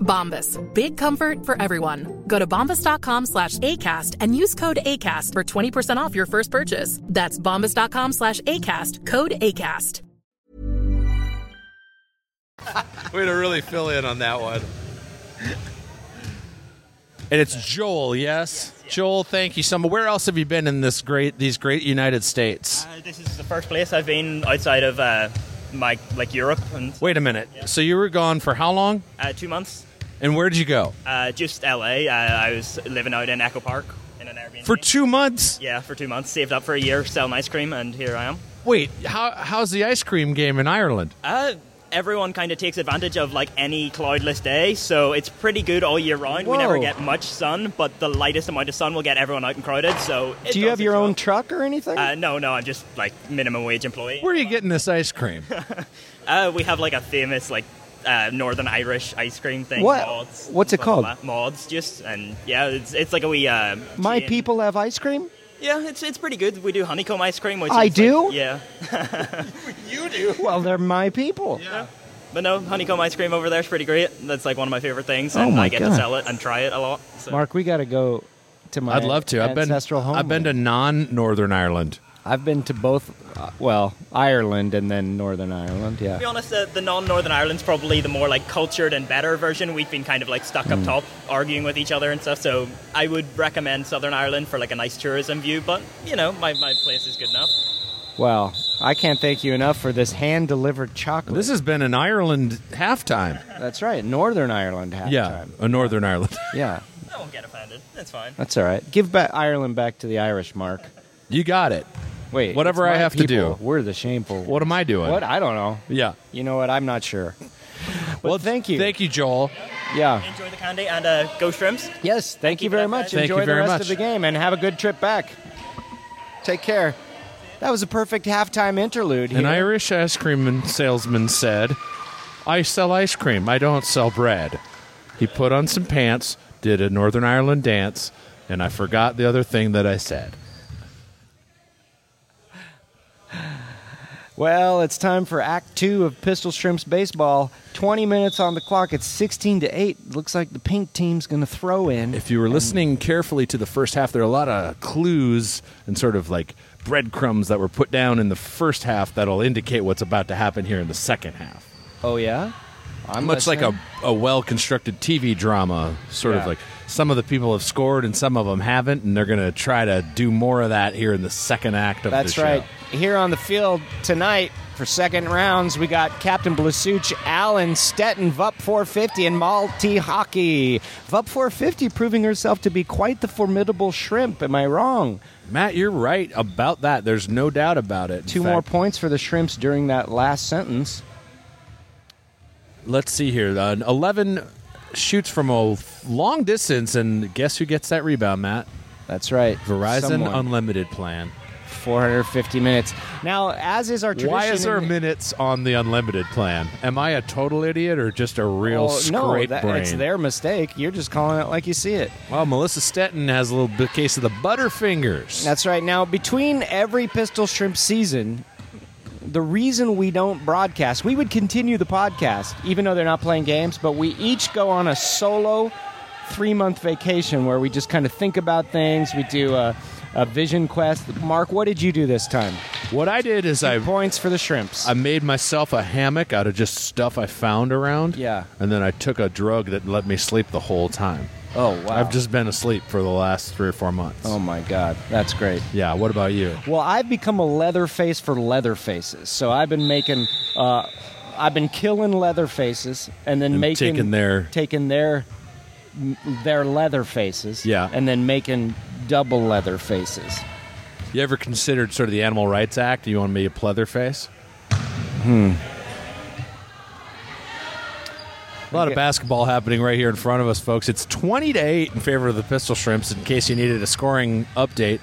Bombas. Big comfort for everyone. Go to bombas.com slash ACAST and use code ACAST for 20% off your first purchase. That's bombas.com slash ACAST. Code ACAST.
Way to really fill in on that one. And it's Joel, yes? Joel, thank you so much. Where else have you been in this great these great United States?
Uh, this is the first place I've been outside of uh, my like Europe and
Wait a minute. So you were gone for how long?
uh, two months.
And where'd you go?
Uh, just LA. Uh, I was living out in Echo Park in an Airbnb.
For two months?
Yeah, for two months. Saved up for a year, selling ice cream, and here I am.
Wait, how, how's the ice cream game in Ireland?
Uh, everyone kind of takes advantage of like any cloudless day, so it's pretty good all year round. We never
Whoa.
get much sun, but the lightest amount of sun will get everyone out and crowded. So, it
Do you
does
have
it.
your own truck or anything?
Uh, no, no, I'm just like minimum wage employee.
Where are you getting this ice cream?
Uh, we have like a famous like uh, Northern Irish ice cream thing.
What-
Mods,
what's it
blah, blah,
called?
blah. Mods, just and yeah, it's it's like a wee. Uh,
My
chain.
people have ice cream.
Yeah, it's it's pretty good. We do honeycomb ice cream. Which is,
I
like-
do?
yeah.
You do. Well, they're my people. Yeah.
But no, honeycomb ice cream over there is pretty great. That's like one of my favorite things,
Oh
and
my
I get
God.
to sell it and try it a lot. So.
Mark, we got to go to my.
I'd love to. I've been
ancestral home.
I've been to non-Northern Ireland.
I've been to both. Uh, well, Ireland and then Northern Ireland.
To be
Yeah.
honest, uh, the, the non-Northern Ireland's probably the more like cultured and better version. We've been kind of like stuck
Mm.
up top, arguing with each other and stuff. So I would recommend Southern Ireland for like a nice tourism view. But you know, my, my place is good enough.
Well, I can't thank you enough for this hand delivered chocolate.
This has been an Ireland halftime.
That's right, Northern Ireland halftime.
Yeah, a Northern Ireland.
Yeah.
I won't get offended. That's fine.
That's all right. Give back Ireland back to the Irish, Mark.
You got it.
Wait.
Whatever
it's
I
my
have to
people.
do.
We're the shameful.
What am I doing?
What? I don't know.
Yeah.
You know what? I'm not sure. well, thank you.
Thank you, Joel.
Yeah.
Enjoy the candy and uh, go shrimps.
Yes. Thank you very much.
Thank you
Enjoy
very
the rest
much.
of the game and have a good trip back. Take care. That was a perfect halftime interlude.
An
here.
Irish ice cream salesman said, "I sell ice cream. I don't sell bread." He put on some pants, did a Northern Ireland dance, and I forgot the other thing that I said.
Well, it's time for Act Two of Pistol Shrimps Baseball. 20 minutes on the clock. It's 16 to 8. Looks like the pink team's going to throw in.
If you were listening carefully to the first half, there are a lot of clues and sort of like breadcrumbs that were put down in the first half that'll indicate what's about to happen here in the second half.
Oh, yeah? I'm
Much like
listening.
a, a well constructed TV drama, sort of
Yeah.
like some of the people have scored and some of them haven't, and they're going to try to do more of that here in the second act of
That's
the show.
right. Here on the field tonight for second rounds, we got Captain Blasuch, Allen Stetton, Vup 450, and Malty Hockey. Vup 450 proving herself to be quite the formidable shrimp. Am I wrong?
Matt, you're right about that. There's no doubt about it. In
Two
fact,
more points for the shrimps during that last sentence.
Let's see here. Uh, 11 shoots from a long distance, and guess who gets that rebound, Matt?
That's right.
Verizon
Someone.
Unlimited plan.
450 minutes. Now, as is our tradition.
Why is there
in-
minutes on the unlimited plan? Am I a total idiot or just a real
Oh, no,
scrape
that,
brain?
it's their mistake. You're just calling it like you see it.
Well, Melissa Stetton has a little bit case of the butterfingers.
That's right. Now, between every pistol shrimp season, the reason we don't broadcast, we would continue the podcast, even though they're not playing games, but we each go on a solo three month vacation where we just kind of think about things. We do a, a vision quest. Mark, what did you do this time?
What I did is I
points for the shrimps.
I made myself a hammock out of just stuff I found around.
Yeah.
And then I took a drug that let me sleep the whole time.
Oh, wow.
I've just been asleep for the last three or four months.
Oh, my God. That's great.
Yeah, what about you?
Well, I've become a leather face for leather faces. So I've been making, uh, I've been killing leather faces and then
And
making
taking their-
taking their m- their leather faces.
Yeah.
and then making double leather faces.
You ever considered sort of the Animal Rights Act? You want to be a pleatherface?
Hmm.
A lot of basketball happening right here in front of us, folks. It's 20 to 8 in favor of the Pistol Shrimps, in case you needed a scoring update.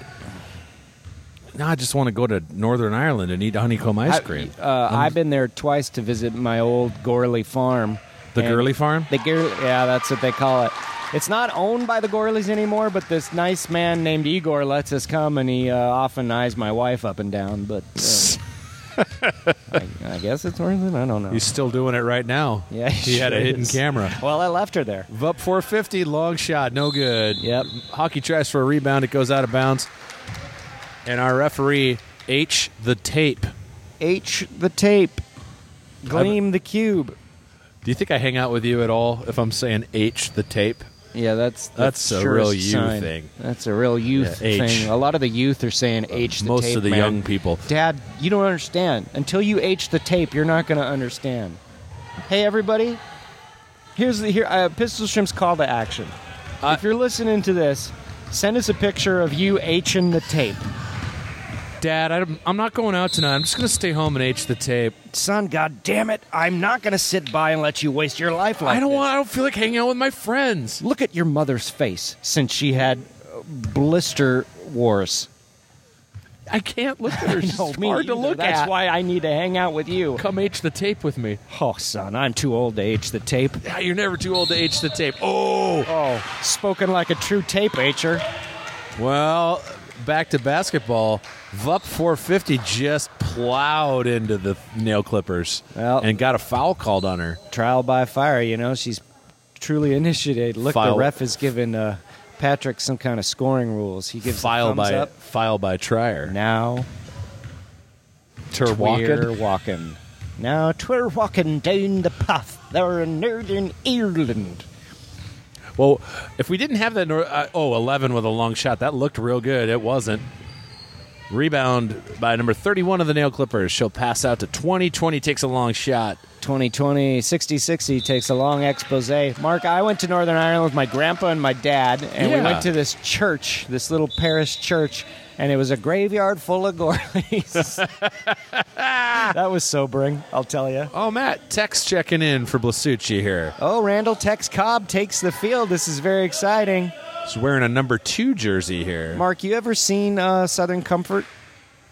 Now I just want to go to Northern Ireland and eat honeycomb ice cream. Um,
I, uh, I've been there twice to visit my old Gorley farm.
The
And-
Gurley farm?
The Gurley, yeah, that's what they call it. It's not owned by the Gorleys anymore, but this nice man named Igor lets us come, and he uh, often eyes my wife up and down. But uh, I, I guess it's worth it. I don't know.
He's still doing it right now.
Yeah,
he,
he
had a
sure
hidden
is.
camera.
well, I left her there.
Vup 450, long shot, no good.
Yep.
Hockey tries for a rebound, it goes out of bounds. And our referee, H the tape.
H the tape, gleam the cube.
Do you think I hang out with you at all if I'm saying H the tape?
Yeah, that's
That's
the
a real
surest
you
sign.
thing.
That's a real youth
Yeah, H.
thing. A lot of the youth are saying H the
Most
tape.
of the
man.
young people.
Dad, you don't understand. Until you H the tape, you're not going to understand. Hey, everybody, Here's the here uh, Pistol Shrimp's call to action. if you're listening to this, send us a picture of you h the tape.
Dad, I'm, I'm not going out tonight. I'm just going to stay home and H the tape.
Son, God damn it! I'm not going to sit by and let you waste your life like
I don't
this.
want. I don't feel like hanging out with my friends.
Look at your mother's face since she had uh, blister wars.
I can't look at her. It's
No, me
hard to
either.
look
That's
at.
why I need to hang out with you.
Come H the tape with me.
Oh, son, I'm too old to H the tape.
Ah, you're never too old to H the tape. Oh.
Oh, spoken like a true tape H'er.
Well, back to basketball. Vup 450 just plowed into the nail clippers
Well-
and got a foul called on her.
Trial by fire, you know, she's truly initiated. Look,
File-
the ref has given uh, Patrick some kind of scoring rules. He gives the
File
thumbs
by
up.
file by Trier.
Now,
Terwalkin.
tweer walking. Now, twir walking down the path. They're a nerd in Ireland.
Well, if we didn't have that, nor- uh, oh, 11 with a long shot. That looked real good. It wasn't. Rebound by number 31 of the Nail Clippers. She'll pass out to 20. 20 takes a long shot.
2020 6060 takes a long expose. Mark, I went to Northern Ireland with my grandpa and my dad, and we
Yeah.
went to this church, this little parish church, and it was a graveyard full of Gorleys. that was sobering, I'll tell you.
Oh, Matt, text checking in for Blasucci here.
Oh, Randall Tex Cobb takes the field. This is very exciting.
She's wearing a number two jersey here.
Mark, you ever seen uh, Southern Comfort?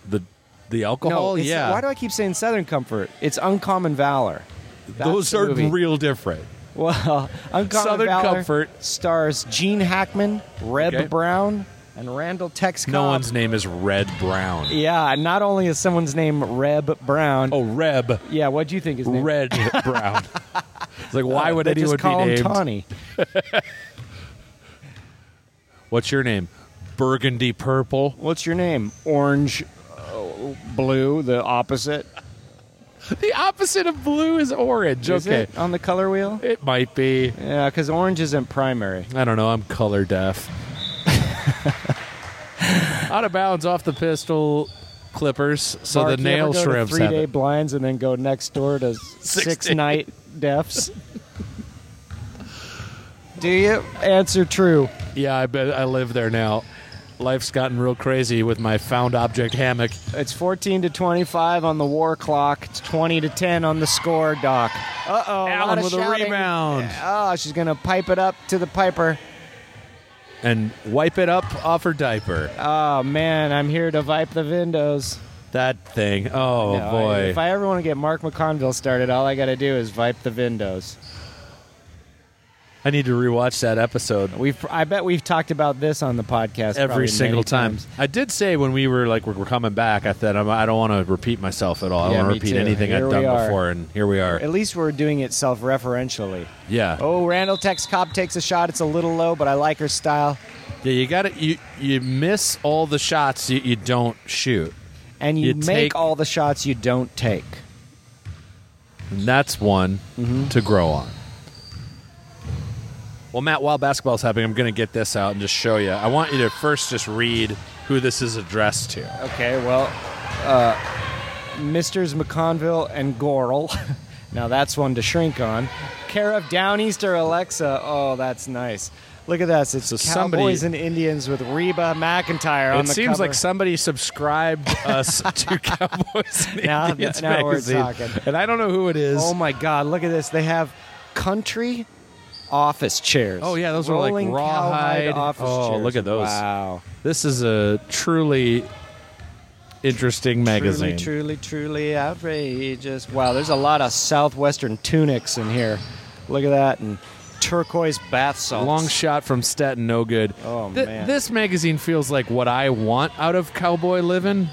The the alcohol,
it's-
Oh, yeah.
Why do I keep saying Southern Comfort? It's Uncommon Valor. That's
Those
the
are
movie.
real different.
Well, Uncommon
Southern
Valor
Comfort.
stars Gene Hackman, Reb
Okay.
Brown, and Randall Tex.
No
Cobb.
one's name is Red Brown.
Yeah, and not only is someone's name Reb Brown.
Oh, Reb.
Yeah, what do you think his name?
Red Brown. It's like, why would
Uh, they
anyone
just call him
be named?
Tawny?
What's your name? Burgundy Purple.
What's your name? Orange, oh, blue, the opposite.
The opposite of blue is orange.
Is
okay.
it on the color wheel?
It might be.
Yeah, because orange isn't primary.
I don't know. I'm color deaf. Out of bounds off the pistol clippers. So
Mark,
the
you ever go
nail
to
shrimps
Three
have
day
it.
blinds and then go next door to six
day.
night deafs. Do you answer true?
Yeah, I bet I live there now. Life's gotten real crazy with my found object hammock.
It's 14 to 25 on the war clock. It's 20 to 10 on the score doc. Uh oh.
Allen with a rebound.
Oh, she's going to pipe it up to the piper.
And wipe it up off her diaper.
Oh, man, I'm here to vipe the windows.
That thing. Oh,
No, I-
boy.
if I ever want to get Mark McConville started, all I got to do is vipe the windows.
I need to rewatch that episode
We've, I bet we've talked about this on the podcast probably
every
many
single time.
times.
I did say when we were like we're, we're coming back, I said I'm, I don't want to repeat myself at all. I
Yeah,
don't want
me
to repeat
too.
anything
Here
I've
we
done
are.
before, and here we are.
At least we're doing it self-referentially.
yeah,
Oh, Randall Tex Cobb takes a shot. It's a little low, but I like her style.
yeah. You got to you you miss all the shots you, you don't shoot,
And you,
You
make
take-
all the shots you don't take.
and that's one
Mm-hmm.
to grow on. Well, Matt, while basketball's happening, I'm going to get this out and just show you. I want you to first just read who this is addressed to.
Okay, well, uh, Misters McConville and Gorel. now that's one to shrink on. Care of Downeaster Alexa. Oh, that's nice. Look at this. It's
So somebody-
Cowboys and Indians with Reba McIntyre on
It
the
seems
cover.
like somebody subscribed us to Cowboys and
Now-
Indians
now we're
magazine,
talking.
and I don't know who it is.
Oh my God! Look at this. They have country office chairs.
Oh, yeah, those were like
Rolling
rawhide-
cowhide office
Oh,
chairs.
look at those.
Wow.
This is a truly interesting magazine.
Truly, truly, truly outrageous. Wow, there's a lot of southwestern tunics in here. Look at that and turquoise bath salts.
Long shot from Stetton, no good.
Oh,
Th-
man.
This magazine feels like what I want out of cowboy living.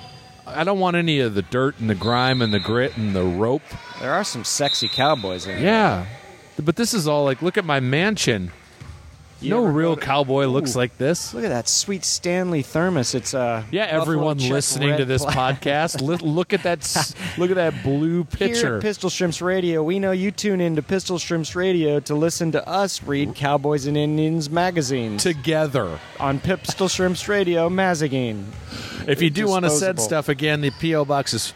I don't want any of the dirt and the grime and the grit and the rope.
There are some sexy cowboys in here.
Yeah. But this is all like, look at my mansion.
You
no
ever
real
go to-
cowboy looks
Ooh.
like this.
Look at that sweet Stanley thermos. It's uh
Yeah,
Buffalo
everyone
Check
listening
red
to this
pla-
podcast, li- look at that s- look at that blue
Here
picture.
at Pistol Shrimps Radio, we know you tune in to Pistol Shrimps Radio to listen to us read Cowboys and Indians magazines
together.
on Pistol Shrimps Radio magazine.
If you do want to send
Disposable.
stuff again, the PO box is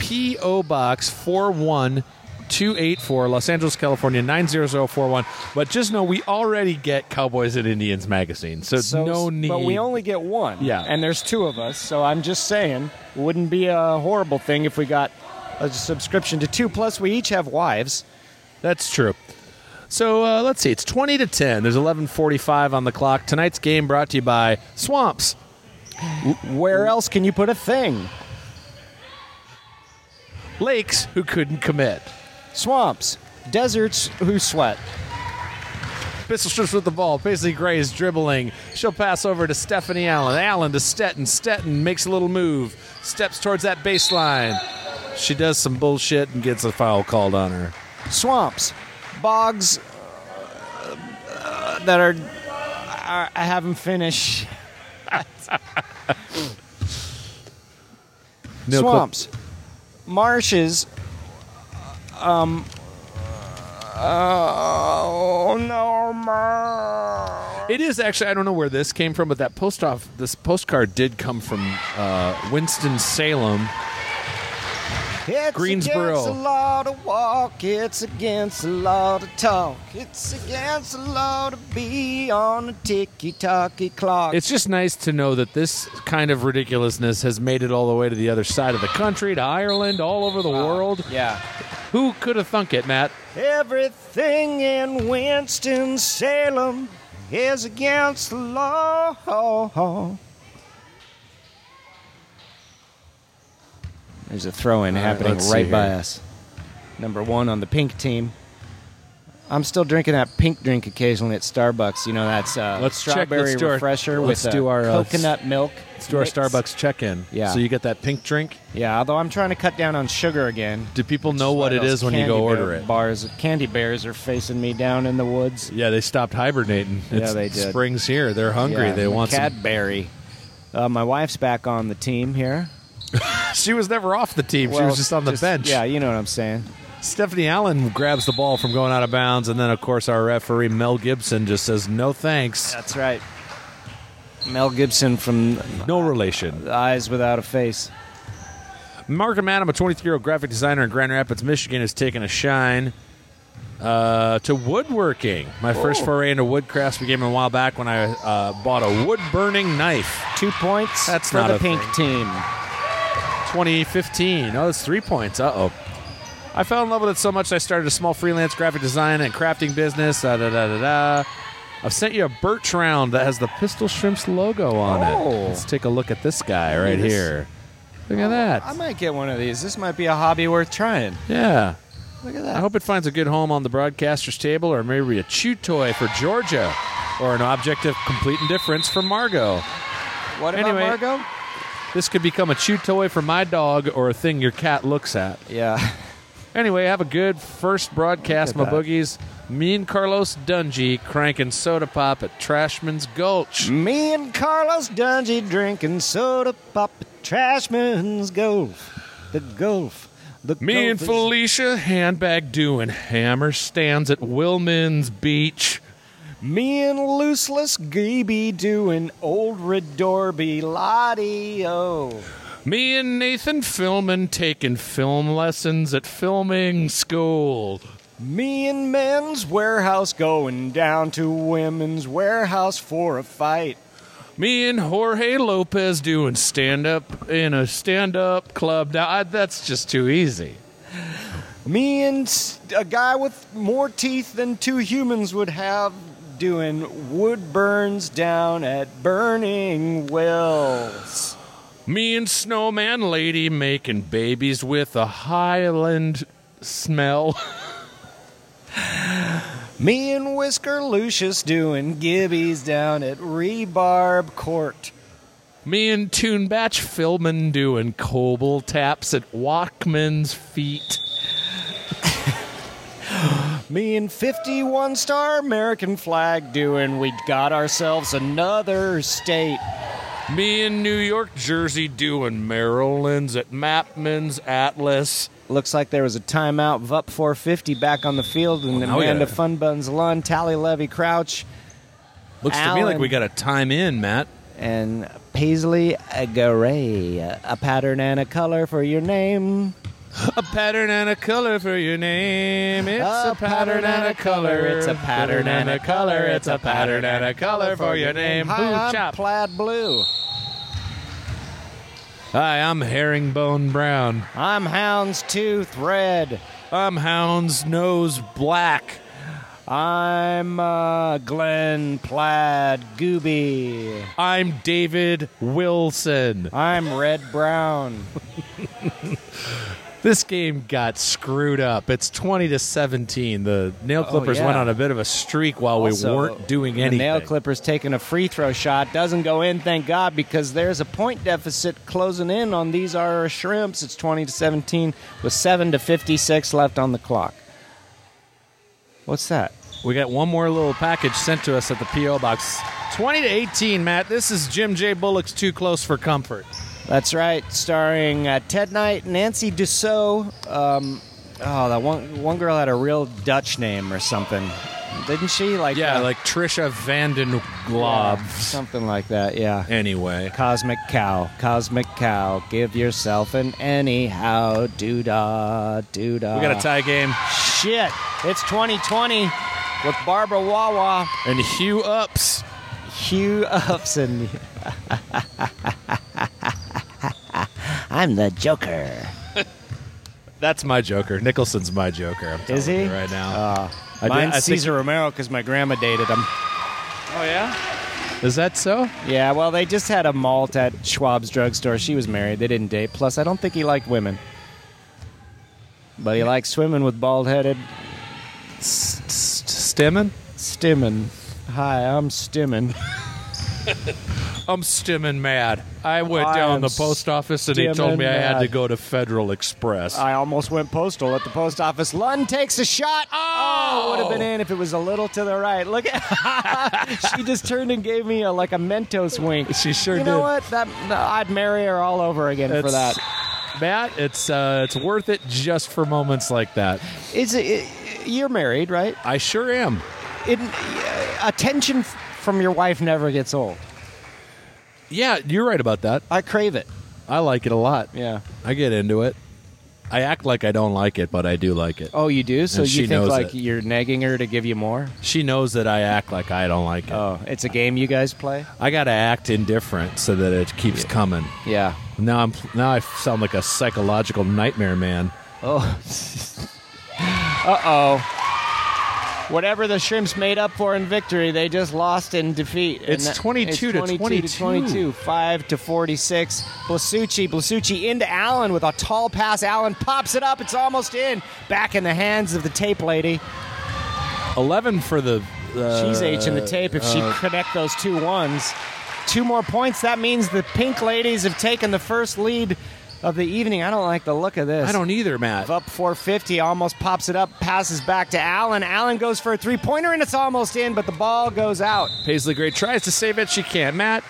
PO Box 412 284, Los Angeles, California, 90041. But just know we already get Cowboys and Indians magazine, so, no need.
But we only get one.
Yeah.
And there's two of us, so I'm just saying, wouldn't be a horrible thing if we got a subscription to two. Plus, we each have wives.
That's true. So uh, let's see. It's twenty to ten. There's eleven forty-five on the clock. Tonight's game brought to you by Swamps.
Where
Mm.
else can you put a thing?
Lakes who couldn't commit.
Swamps, deserts who sweat.
Pistol strips with the ball. Paisley Gray is dribbling. She'll pass over to Stephanie Allen. Allen to Stetton. Stetton makes a little move. Steps towards that baseline. She does some bullshit and gets a foul called on her.
Swamps, bogs uh, uh, that are, are I haven't finished.
No clue.
Swamps, marshes. Um. uh, Oh no, Mer.
It is actually. I don't know where this came from, but that post off this postcard did come from uh, Winston Salem.
It's
Greensboro.
against the law to walk. It's against the law to talk. It's against the law to be on a ticky tocky clock.
It's just nice to know that this kind of ridiculousness has made it all the way to the other side of the country, to Ireland, all over the world.
Yeah.
Who could have thunk it, Matt?
Everything in Winston Salem is against the law. There's a throw in
All right,
happening
let's see
right by
here.
us. Number one on the pink team. I'm still drinking that pink drink occasionally at Starbucks. You know, that's uh,
Let's check-
strawberry
let's do our-
refresher
let's
with
do
uh,
our, uh,
coconut milk.
Let's do our
mix.
Starbucks check in.
Yeah.
So you get that pink drink.
Yeah, although I'm trying to cut down on sugar again.
Do people know what it
Those
is when you go
candy
order
bear
it?
Bars, candy bears are facing me down in the woods.
Yeah, they stopped hibernating.
Yeah,
It's-
they did.
Spring's here. They're hungry.
Yeah,
they
the
want some.
Cadbury. Uh, my wife's back on the team here.
She was never off the team. she
Well,
was just on the bench.
Yeah, you know what I'm saying.
Stephanie Allen grabs the ball from going out of bounds, and then of course our referee Mel Gibson just says no thanks.
That's right. Mel Gibson from
No relation.
Eyes Without a Face.
Markham Adam, a 23-year-old graphic designer in Grand Rapids, Michigan, has taken a shine uh, to woodworking. My
Oh.
first foray into woodcrafts began a while back when I uh, bought a wood-burning knife.
Two points
That's
for
not
the
a
pink team.
2015. Oh, that's three points. Uh oh. I fell in love with it so much I started a small freelance graphic design and crafting business. Da, da, da, da, da. I've sent you a birch round that has the Pistol Shrimps logo on
Oh.
it. Let's take a look at this guy right
Yes. Oh,
here. Look at that.
I might get one of these. This might be a hobby worth trying.
yeah.
Look at
I
that.
hope it finds a good home on the broadcaster's table or maybe a chew toy for Georgia or an object of complete indifference for Margot.
What about
anyway.
Margot?
This could become a chew toy for my dog or a thing your cat looks at.
Yeah.
Anyway, have a good first broadcast, my
Look at that.
boogies. Me and Carlos Dungy cranking soda pop at Trashman's Gulch.
Me and Carlos Dungy drinking soda pop at Trashman's Gulf. The Gulf. The
Me
Gulf
and
is-
Felicia handbag doing hammer stands at Wilman's Beach.
Me and Looseless Gaby doing Old Redorby Lottie O.
Me and Nathan Filman taking film lessons at filming school.
Me and Men's Warehouse going down to Women's Warehouse for a fight.
Me and Jorge Lopez doing stand up in a stand up club. Now, I, that's just too easy.
Me and s- a guy with more teeth than two humans would have doing Wood Burns down at Burning Wells.
Me and Snowman Lady making babies with a Highland smell.
Me and Whisker Lucius doing Gibbies down at Rebarb Court.
Me and Toonbatch Philman doing cobble taps at Walkman's feet.
Me and 51 star American flag doing we got ourselves another state.
Me and New York Jersey doing Maryland's at Mapman's Atlas.
Looks like there was a timeout. Vup 450 back on the field and
Oh,
Amanda
yeah.
Funbuns Lund, Tally Levy Crouch,
Looks to me like
Alan.
we got a time in, Matt.
and Paisley Garay. A pattern and a color for your name.
A pattern and a color for your name. It's a, pattern and a color.
It's a pattern and a color. It's a pattern and a
color for your name. Blue
Hi, I'm
chop.
plaid blue.
Hi, I'm herringbone brown.
I'm houndstooth red.
I'm Um hound's nose black.
I'm uh, Glenn Plaid Gooby.
I'm David Wilson.
I'm red brown.
This game got screwed up. It's 20 to 17. The nail clippers
Oh, yeah.
went on a bit of a streak while
Also,
we weren't doing
The
anything.
nail clippers taking a free throw shot doesn't go in, thank God, because there's a point deficit closing in on these Irish shrimps. It's 20 to 17 with 7 to 56 left on the clock. What's that?
We got one more little package sent to us at the P.O. Box. 20 to 18, Matt. This is Jim J. Bullock's Too Close for Comfort.
That's right, starring uh, Ted Knight, Nancy Dussault. Um, oh, that one one girl had a real Dutch name or something, didn't she? Like
Yeah,
uh,
like Trisha Vanden
yeah,
Glob.
something like that. Yeah.
Anyway.
Cosmic cow, cosmic cow, give yourself an anyhow, doo da, doo da.
We got a tie game.
Shit, it's 2020 with Barbara Wawa,
And Hugh Ups.
Hugh Upson. I'm the Joker.
That's my joker. Nicholson's my joker. I'm telling
Is he?
you right now.
Uh,
I did-
mine's
I think-
Caesar Romero because my grandma dated him.
oh, yeah? Is that so?
Yeah, well, they just had a malt at Schwab's drugstore. She was married. They didn't date. Plus, I don't think he liked women. But he likes swimming with bald-headed
S- s- Stimmin'?
Stimmin. Hi, I'm Stimmin.
I'm stimmin' mad. I went
I
down
am
the post office and he told
stimmin'
me I had
mad.
to go to Federal Express.
I almost went postal at the post office. Lund takes a shot. Oh, would have been in if it was a little to the right. Look at she just turned and gave me a, like a Mentos wink.
She sure
You know
did.
what? That I'd marry her all over again for that.
Matt, it's uh, it's worth it just for moments like that.
Is it? You're married, right?
I sure am.
It, attention f- from your wife never gets old.
Yeah, you're right about that.
I crave it.
I like it a lot.
Yeah.
I get into it. I act like I don't like it, but I do like it.
Oh, you do? So
And
you
she
think
knows
like
it.
you're negging her to give you more?
She knows that I act like I don't like it.
Oh, it's a game you guys play?
I got to act indifferent so that it keeps coming.
Yeah.
Now I'm now I sound like a psychological nightmare man.
Oh. uh oh. Whatever the shrimps made up for in victory, they just lost in defeat. And
It's
that-
22 to
22 to 22, 5 to 46. Blasucci, Blasucci into Allen with a tall pass. Allen pops it up. It's almost in. Back in the hands of the tape lady.
11 for the uh,
She's H in the tape if she connect those two ones. Two more points. That means the pink ladies have taken the first lead of the evening. I don't like the look of this.
I don't either, Matt.
Up 450, almost pops it up, passes back to Allen. Allen goes for a three pointer, and it's almost in, but the ball goes out.
Paisley Gray tries to save it. She can't. Matt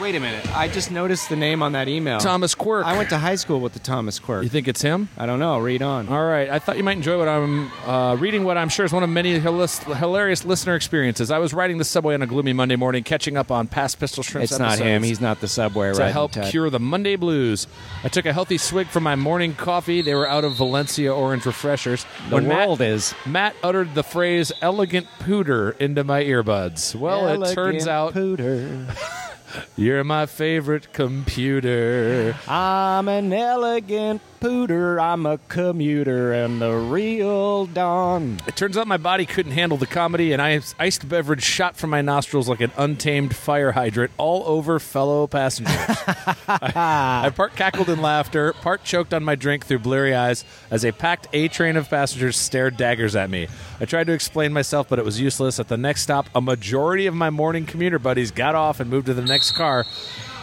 Wait a minute. I just noticed the name on that email.
Thomas Quirk.
I went to high school with the Thomas Quirk.
You think it's him?
I don't know. Read on.
All right. I thought you might enjoy what I'm uh, reading, what I'm sure is one of many hilis- hilarious listener experiences. I was riding the subway on a gloomy Monday morning, catching up on past Pistol Shrimps
It's not him.
episodes
He's not the subway
to
right
help cure the Monday blues. I took a healthy swig from my morning coffee. They were out of Valencia orange refreshers.
The world
Matt,
is.
Matt uttered the phrase "elegant pooter" into my earbuds. Well, it turns out
Pooter.
you're my favorite computer.
I'm an elegant pooter. I'm a commuter and the real Don.
It turns out my body couldn't handle the comedy, and I iced beverage shot from my nostrils like an untamed fire hydrant all over fellow passengers. I, I part cackled in laughter, part choked on my drink through bleary eyes as a packed A train of passengers stared daggers at me. I tried to explain myself, but it was useless. At the next stop, a majority of my morning commuter buddies got off and moved to the next car.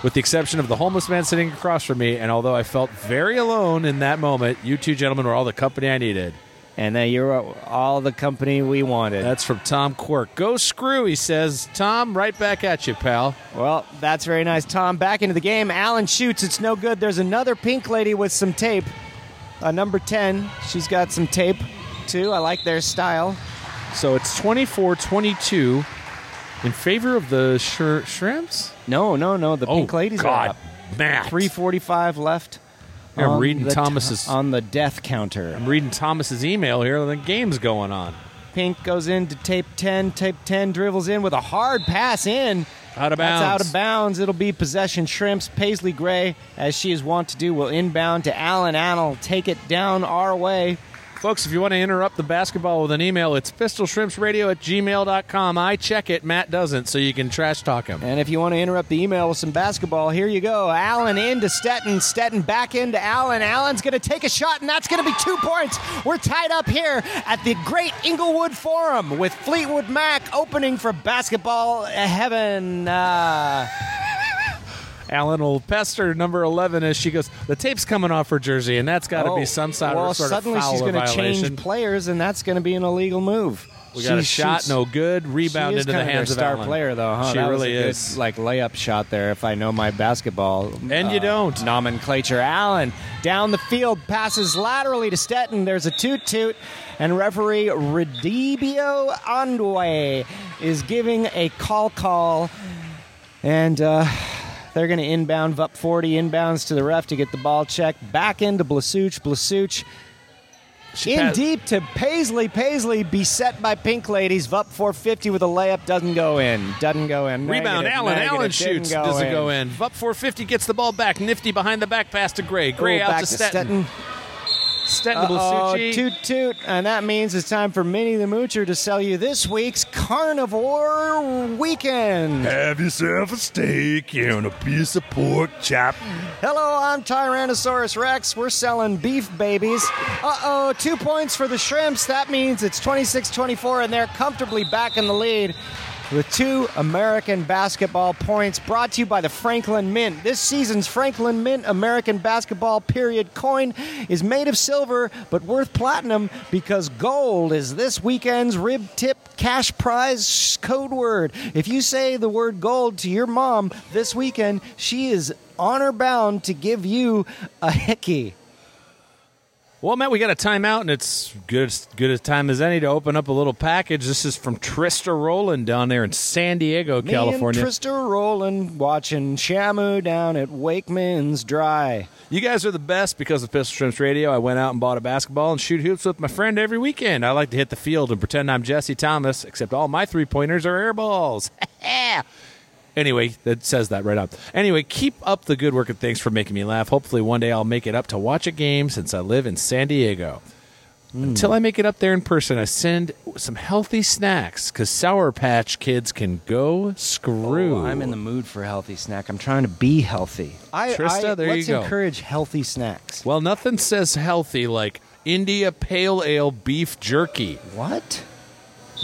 With the exception of the homeless man sitting across from me, and although I felt very alone in that moment, you two gentlemen were all the company I needed.
And that you're all the company we wanted.
That's from Tom Quirk. Go screw, he says. Tom, right back at you, pal.
Well, that's very nice, Tom. Back into the game. Allen shoots. It's no good. There's another pink lady with some tape. Uh, number 10. She's got some tape, too. I like their style.
So it's 24 22 in favor of the shir- shrimps?
Oh, No, no, no. The pink ladies
Oh, God,
are up.
Matt.
345 left.
Here, I'm
on
reading
the
Thomas's
to- on the death counter.
I'm reading Thomas's email here. The game's going on.
Pink goes into tape 10. Tape 10 drivels in with a hard pass in.
Out of
That's
bounds.
out of bounds. It'll be possession shrimps. Paisley Gray, as she is wont to do, will inbound to Allen. Allen will take it down our way.
Folks, if you want to interrupt the basketball with an email, it's pistolshrimpsradio at gmail.com. I check it, Matt doesn't, so you can trash talk him.
And if you want to interrupt the email with some basketball, here you go. Allen into Stetton. Stetton back into Allen. Allen's going to take a shot, and that's going to be two points. We're tied up here at the Great Inglewood Forum with Fleetwood Mac opening for basketball heaven. Uh,
Alan will pester number 11 as she goes, the tape's coming off her jersey, and that's got to be
oh,
some sort,
well,
sort
suddenly
of foul
she's
or
gonna
violation.
change players, and that's going to be an illegal move.
We got a
She-
shot,
she's-
no good. Rebound
she is
into the
kinda their
hands of
star
Allen.
player, though. Huh?
She
That was
really
a good,
is.
like layup shot there. If I know my basketball,
And you don't.
nomenclature. Allen down the field, passes laterally to Stetton. There's a toot toot, and referee Redibio Andwe is giving a call call, and. Uh, they're going to inbound up 40 inbounds to the ref to get the ball checked back into Blasuch. Blasuch
She
in
passed-
deep to Paisley. Paisley beset by Pink Ladies. Vup 450 with a layup. Doesn't go in. Doesn't go in.
Rebound,
Negative,
Allen.
negative.
Allen
Didn't
shoots. Doesn't go in. Vup 450 gets the ball back. Nifty behind the back pass to Gray. Gray
Ooh,
out
back
to
to
Stetton. Stetton to
Uh-oh,
Blasucci.
toot toot. And that means it's time for Minnie the Moocher to sell you this week's Carnivore Weekend.
Have yourself a steak and a piece of pork chop.
Hello, I'm Tyrannosaurus Rex. We're selling beef babies. Uh oh, two points for the Shrimps. That means it's 26 24, and they're comfortably back in the lead with two American basketball points brought to you by the Franklin Mint. This season's Franklin Mint American basketball period coin is made of silver but worth platinum because gold is this weekend's rib tip cash prize code word. If you say the word gold to your mom this weekend, she is honor bound to give you a hickey.
Well, Matt, we got a timeout, and it's good as good a time as any to open up a little package. This is from Trista Roland down there in San Diego, California.
Me and Trista Roland watching Shamu down at Wakeman's Dry.
you guys are the best because of Pistol Shrimps Radio. I went out and bought a basketball and shoot hoops with my friend every weekend. I like to hit the field and pretend I'm Jesse Thomas, except all my three pointers are air balls. Anyway, that says that right up. Anyway, keep up the good work and thanks for making me laugh. Hopefully, one day I'll make it up to watch a game since I live in San Diego. Until I make it up there in person, I send some healthy snacks because Sour Patch kids can go screw.
Oh, I'm in the mood for a healthy snack. I'm trying to be healthy. I,
Trista,
I-
there
let's
you go.
encourage healthy snacks.
well, nothing says healthy like India Pale Ale Beef Jerky.
What?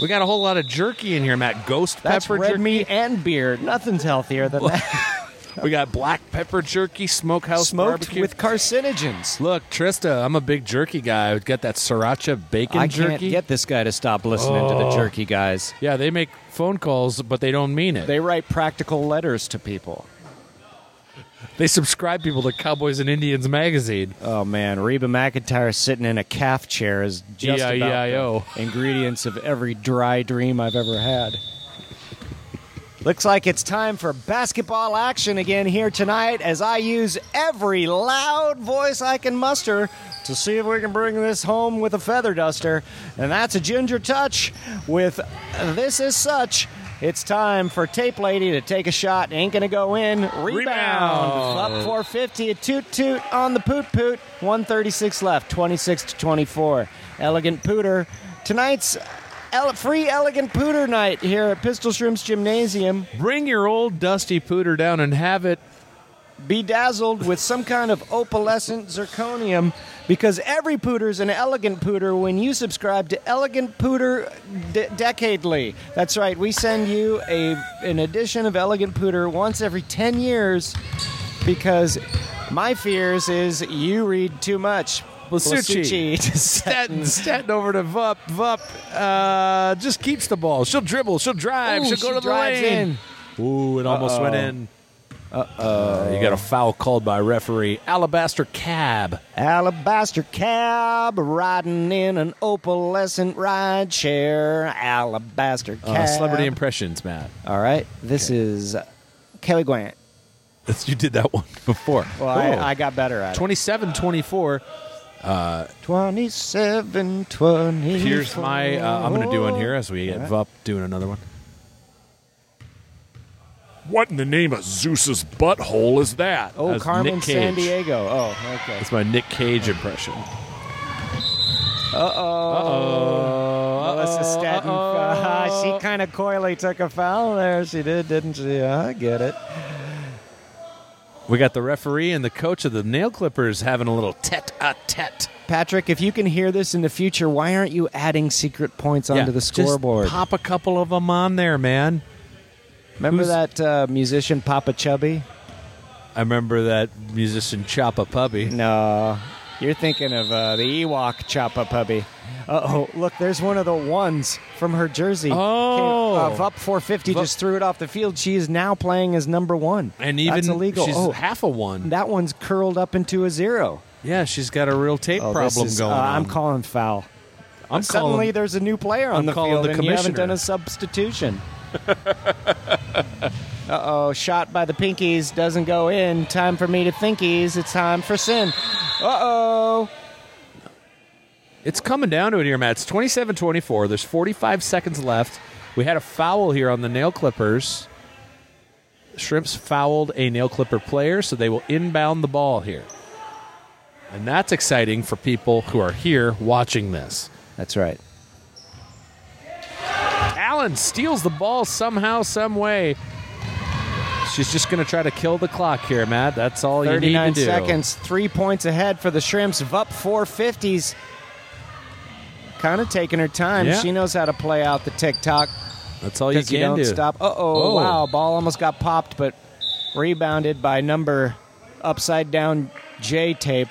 We got a whole lot of jerky in here, Matt. Ghost
That's
pepper
red
jerky.
meat and beer. Nothing's healthier than that.
We got black pepper jerky, smokehouse
Smoked
barbecue.
with carcinogens.
Look, Trista, I'm a big jerky guy. I've got that sriracha bacon
I
jerky.
can't get this guy to stop listening to the
Oh.
jerky guys.
Yeah, they make phone calls, but they don't mean it.
They write practical letters to people.
They subscribe people to Cowboys and Indians magazine.
Oh man, Reba McIntyre sitting in a calf chair is just about
E-I-E-I-O.
the ingredients of every dry dream I've ever had. Looks like it's time for basketball action again here tonight as I use every loud voice I can muster to see if we can bring this home with a feather duster. And that's a ginger touch with This Is Such. It's time for Tape Lady to take a shot. Ain't gonna go in. Rebound.
Rebound.
Up 450. A toot toot on the poot poot. 136 left. 26 to 24. Elegant Pooter. Tonight's ele- free Elegant Pooter night here at Pistol Shrimps Gymnasium.
Bring your old dusty pooter down and have it.
Bedazzled with some kind of opalescent zirconium because every pooter's an elegant pooter when you subscribe to Elegant Pooter de- Decadely. That's right, we send you a an edition of Elegant Pooter once every 10 years because my fears is you read too much.
Blasucci.
Blasucci to Stetton.
Stetton, Stetton over to Vup. Vup uh, just keeps the ball. She'll dribble. She'll drive.
Ooh,
she'll
she
go to the
drives
lane. Ooh, it almost
Uh-oh.
went in. Uh, you got a foul called by referee Alabaster Cab.
Alabaster cab riding in an opalescent ride share. Alabaster cab.
Uh, celebrity impressions, Matt.
All right. This is Kelly Grant.
That's, you did that one before.
Well, I, I got better at it.
27 24. Uh,
27, 24.
here's my. Uh, I'm going to do one here as we get Vup doing another one.
What in the name of Zeus's butthole is that?
Oh,
That's
Carmen
Nick Cage.
San Diego. Oh, okay.
That's my Nick Cage impression.
Uh oh. Uh oh. Melissa Staton.
Uh-oh.
she kind of coyly took a foul there. She did, didn't she? I get it.
We got the referee and the coach of the Nail Clippers having a little tete a tete.
Patrick, if you can hear this in the future, why aren't you adding secret points onto
Yeah,
the
just
scoreboard?
pop a couple of them on there, man.
Remember
Who's-
that uh, musician Papa Chubby?
I remember that musician Choppa Puppy.
No, you're thinking of uh, the Ewok Choppa Puppy. Uh oh, look, there's one of the ones from her jersey.
Oh.
Came, uh, Vup 450 just threw it off the field. She is now playing as number one.
And even
That's illegal.
she's
oh,
half a one.
that one's curled up into a zero.
Yeah, she's got a real tape
Oh, this
problem
is-
going
uh,
on.
I'm calling foul.
I'm
Suddenly
calling-
there's a new player on
I'm
the
calling
field
the
and you haven't
commissioner.
done a substitution. uh oh, shot by the Pinkies doesn't go in. Time for me to Thinkies. It's time for Sin. Uh oh.
It's coming down to it here, Matt. It's 27 24. There's 45 seconds left. We had a foul here on the nail clippers. Shrimps fouled a nail clipper player, so they will inbound the ball here. And that's exciting for people who are here watching this.
That's right.
Allen steals the ball somehow, some way. She's just going to try to kill the clock here, Matt. That's all you need to
39
do.
seconds, three points ahead for the Shrimps. Vup 450s. Kind of taking her time.
Yeah.
She knows how to play out the TikTok.
That's all you
Because
can
you don't
do.
stop. Uh oh!
Oh.
Wow! Ball almost got popped, but rebounded by number upside down J tape.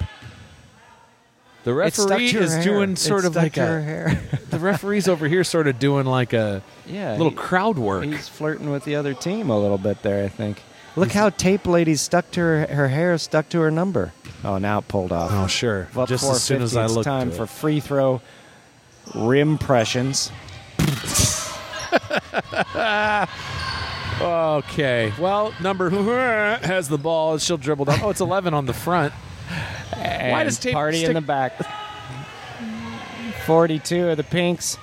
The
It stuck
referee
to her
is
hair.
doing
It
sort of
stuck
like
to
a
her hair.
the referee's over here sort of doing like a
Yeah,
little
he-
crowd work.
He's flirting with the other team a little bit there. I think. Look how tape lady stuck to her her hair, stuck to her number. Oh, now it pulled off.
Oh, sure.
Up
Just as soon as
450,
I
it's
looked
time
to it.
for free throw rim pressions.
Okay. Well, number has the ball. and She'll dribble down. Oh, it's 11 on the front. Why
And
does tape
party in
stick-
the back? Forty-two of the pinks.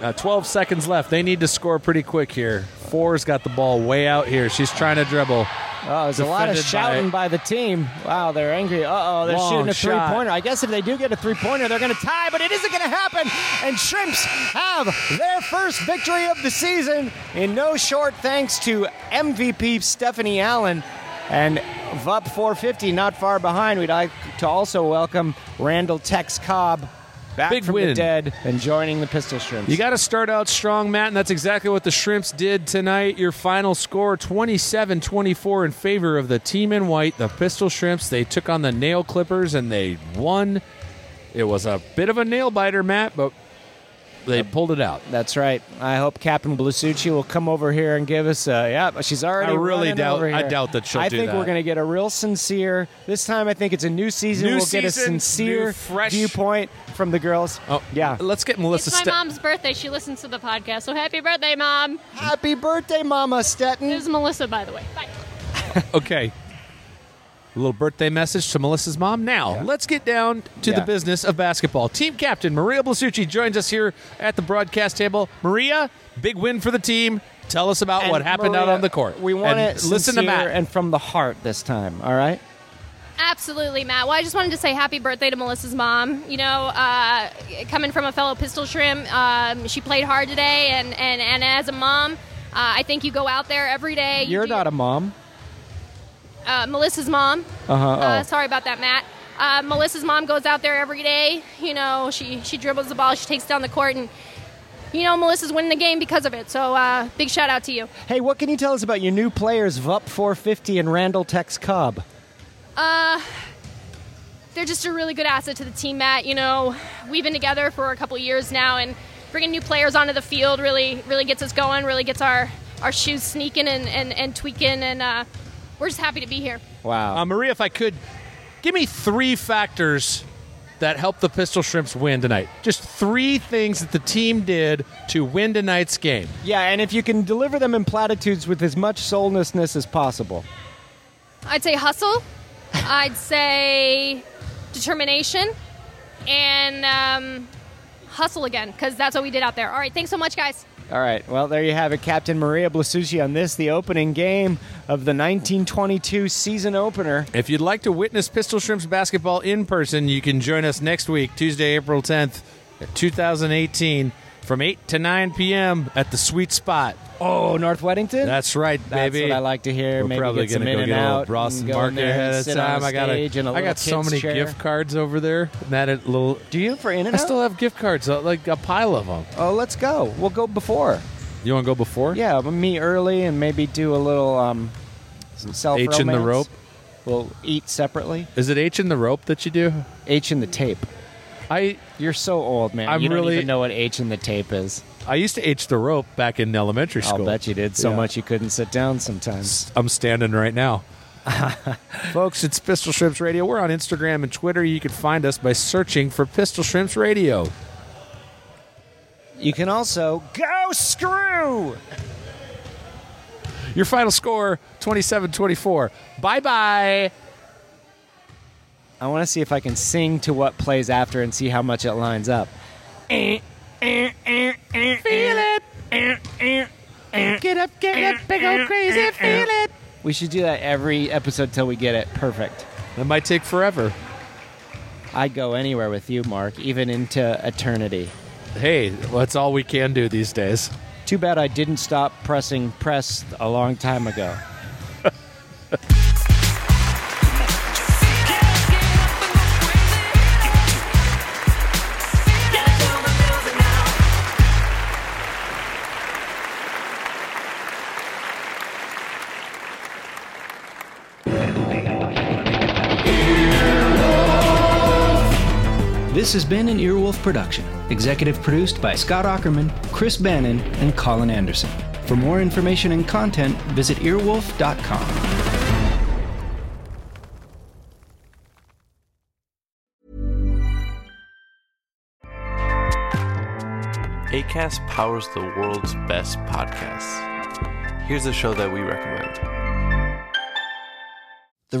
Uh, 12 seconds left. They need to score pretty quick here. Four's got the ball way out here. She's trying to dribble.
Oh, there's a lot of shouting by, the team. Wow, they're angry. Uh oh, they're
Long
shooting a three
shot.
pointer. I guess if they do get a three pointer, they're going to tie, but it isn't going to happen. And Shrimps have their first victory of the season in no short thanks to MVP Stephanie Allen. And Vup 450, not far behind. We'd like to also welcome Randall Tex Cobb back
Big
from the
win.
dead and joining the Pistol Shrimps.
You got to start out strong, Matt, and that's exactly what the Shrimps did tonight. Your final score 27 24 in favor of the team in white, the Pistol Shrimps. They took on the Nail Clippers and they won. It was a bit of a nail biter, Matt, but they pulled it out.
That's right. I hope Captain Blasucci will come over here and give us a. Yeah, she's already.
I really
running
doubt-
over
I
here.
doubt that she'll
I
do
think
that.
we're going to get a real sincere. This time, I think it's a new season.
New
we'll get a
season, new
sincere
fresh-
viewpoint from the girls.
Oh,
yeah.
Let's get Melissa
It's my
Sta-
mom's birthday. She listens to the podcast. So happy birthday, mom.
Happy birthday, Mama Stetton.
This is Melissa, by the way. Bye.
Okay. A little birthday message to Melissa's mom. Now, let's get down to the
Yeah.
business of basketball. Team captain Maria Blasucci joins us here at the broadcast table. Maria, big win for the team. Tell us about
And
what happened out
Maria,
on the court.
We want
And
it.
Listen to
sincere
Matt.
and from the heart this time. All right.
Absolutely, Matt. Well, I just wanted to say happy birthday to Melissa's mom. You know, uh, coming from a fellow pistol shrimp, um, she played hard today, and, and, and as a mom, uh, I think you go out there every day. You
You're
do-
not a mom.
uh, Melissa's mom.
Uh-huh,
Uh,
oh.
sorry about that, Matt. Uh, Melissa's mom goes out there every day. You know, she she dribbles the ball, she takes down the court, and you know Melissa's winning the game because of it. So uh, big shout out to you.
Hey, what can you tell us about your new players, Vup 450 and Randall Tex Cobb?
Uh, they're just a really good asset to the team, Matt. You know, we've been together for a couple years now, and bringing new players onto the field really, really gets us going. Really gets our our shoes sneaking and and, and tweaking, and uh, we're just happy to be here.
Wow.
Uh, Maria, if I could, give me three factors that helped the Pistol Shrimps win tonight. Just three things that the team did to win tonight's game.
Yeah, and if you can deliver them in platitudes with as much soullessness as possible.
I'd say hustle. I'd say determination, and um, hustle again because that's what we did out there. All right, thanks so much, guys.
All right. Well, there you have it, Captain Maria Blasucci on this, the opening game of the 1922 season opener.
If you'd like to witness Pistol Shrimps basketball in person, you can join us next week, Tuesday, April 10th, 2018, from 8 to 9 p.m. at the Sweet Spot.
Oh, North Weddington.
That's right,
That's
baby.
what I like to hear.
We're
Maybe
probably
get some
gonna
in
go
and
get a little
out
Ross
and
and
go in
Mark
there
ahead of
sit on
time. I got
stage in a
I
little
got so
kid's
many
chair.
gift cards over there. and That it- little.
Do you for in
I still have gift cards, uh, like a pile of them.
Oh, let's go. We'll go before.
You want to go before?
Yeah, but me early and maybe do a little um, self
H in the rope.
We'll eat separately.
Is it H in the rope that you do?
H in the tape.
I.
You're so old, man.
I'm
you don't
really-
even know what H in the tape is.
I used to H the rope back in elementary
I'll
school.
bet you did so
Yeah.
much you couldn't sit down sometimes.
I'm standing right now. Folks, it's Pistol Shrimps Radio. We're on Instagram and Twitter. You can find us by searching for Pistol Shrimps Radio.
You can also go screw.
Your final score 27 24. Bye bye.
I want to see if I can sing to what plays after and see how much it lines up.
Feel it. Get up, get up, big old crazy. Feel it.
We should do that every episode till we get it perfect.
That might take forever.
I'd go anywhere with you, Mark, even into eternity.
Hey, that's all we can do these days.
Too bad I didn't stop pressing press a long time ago.
This has been an Earwolf production, executive produced by Scott Ackerman, Chris Bannon, and Colin Anderson. For more information and content, visit earwolf.com.
ACAST powers the world's best podcasts. Here's a show that we recommend.
The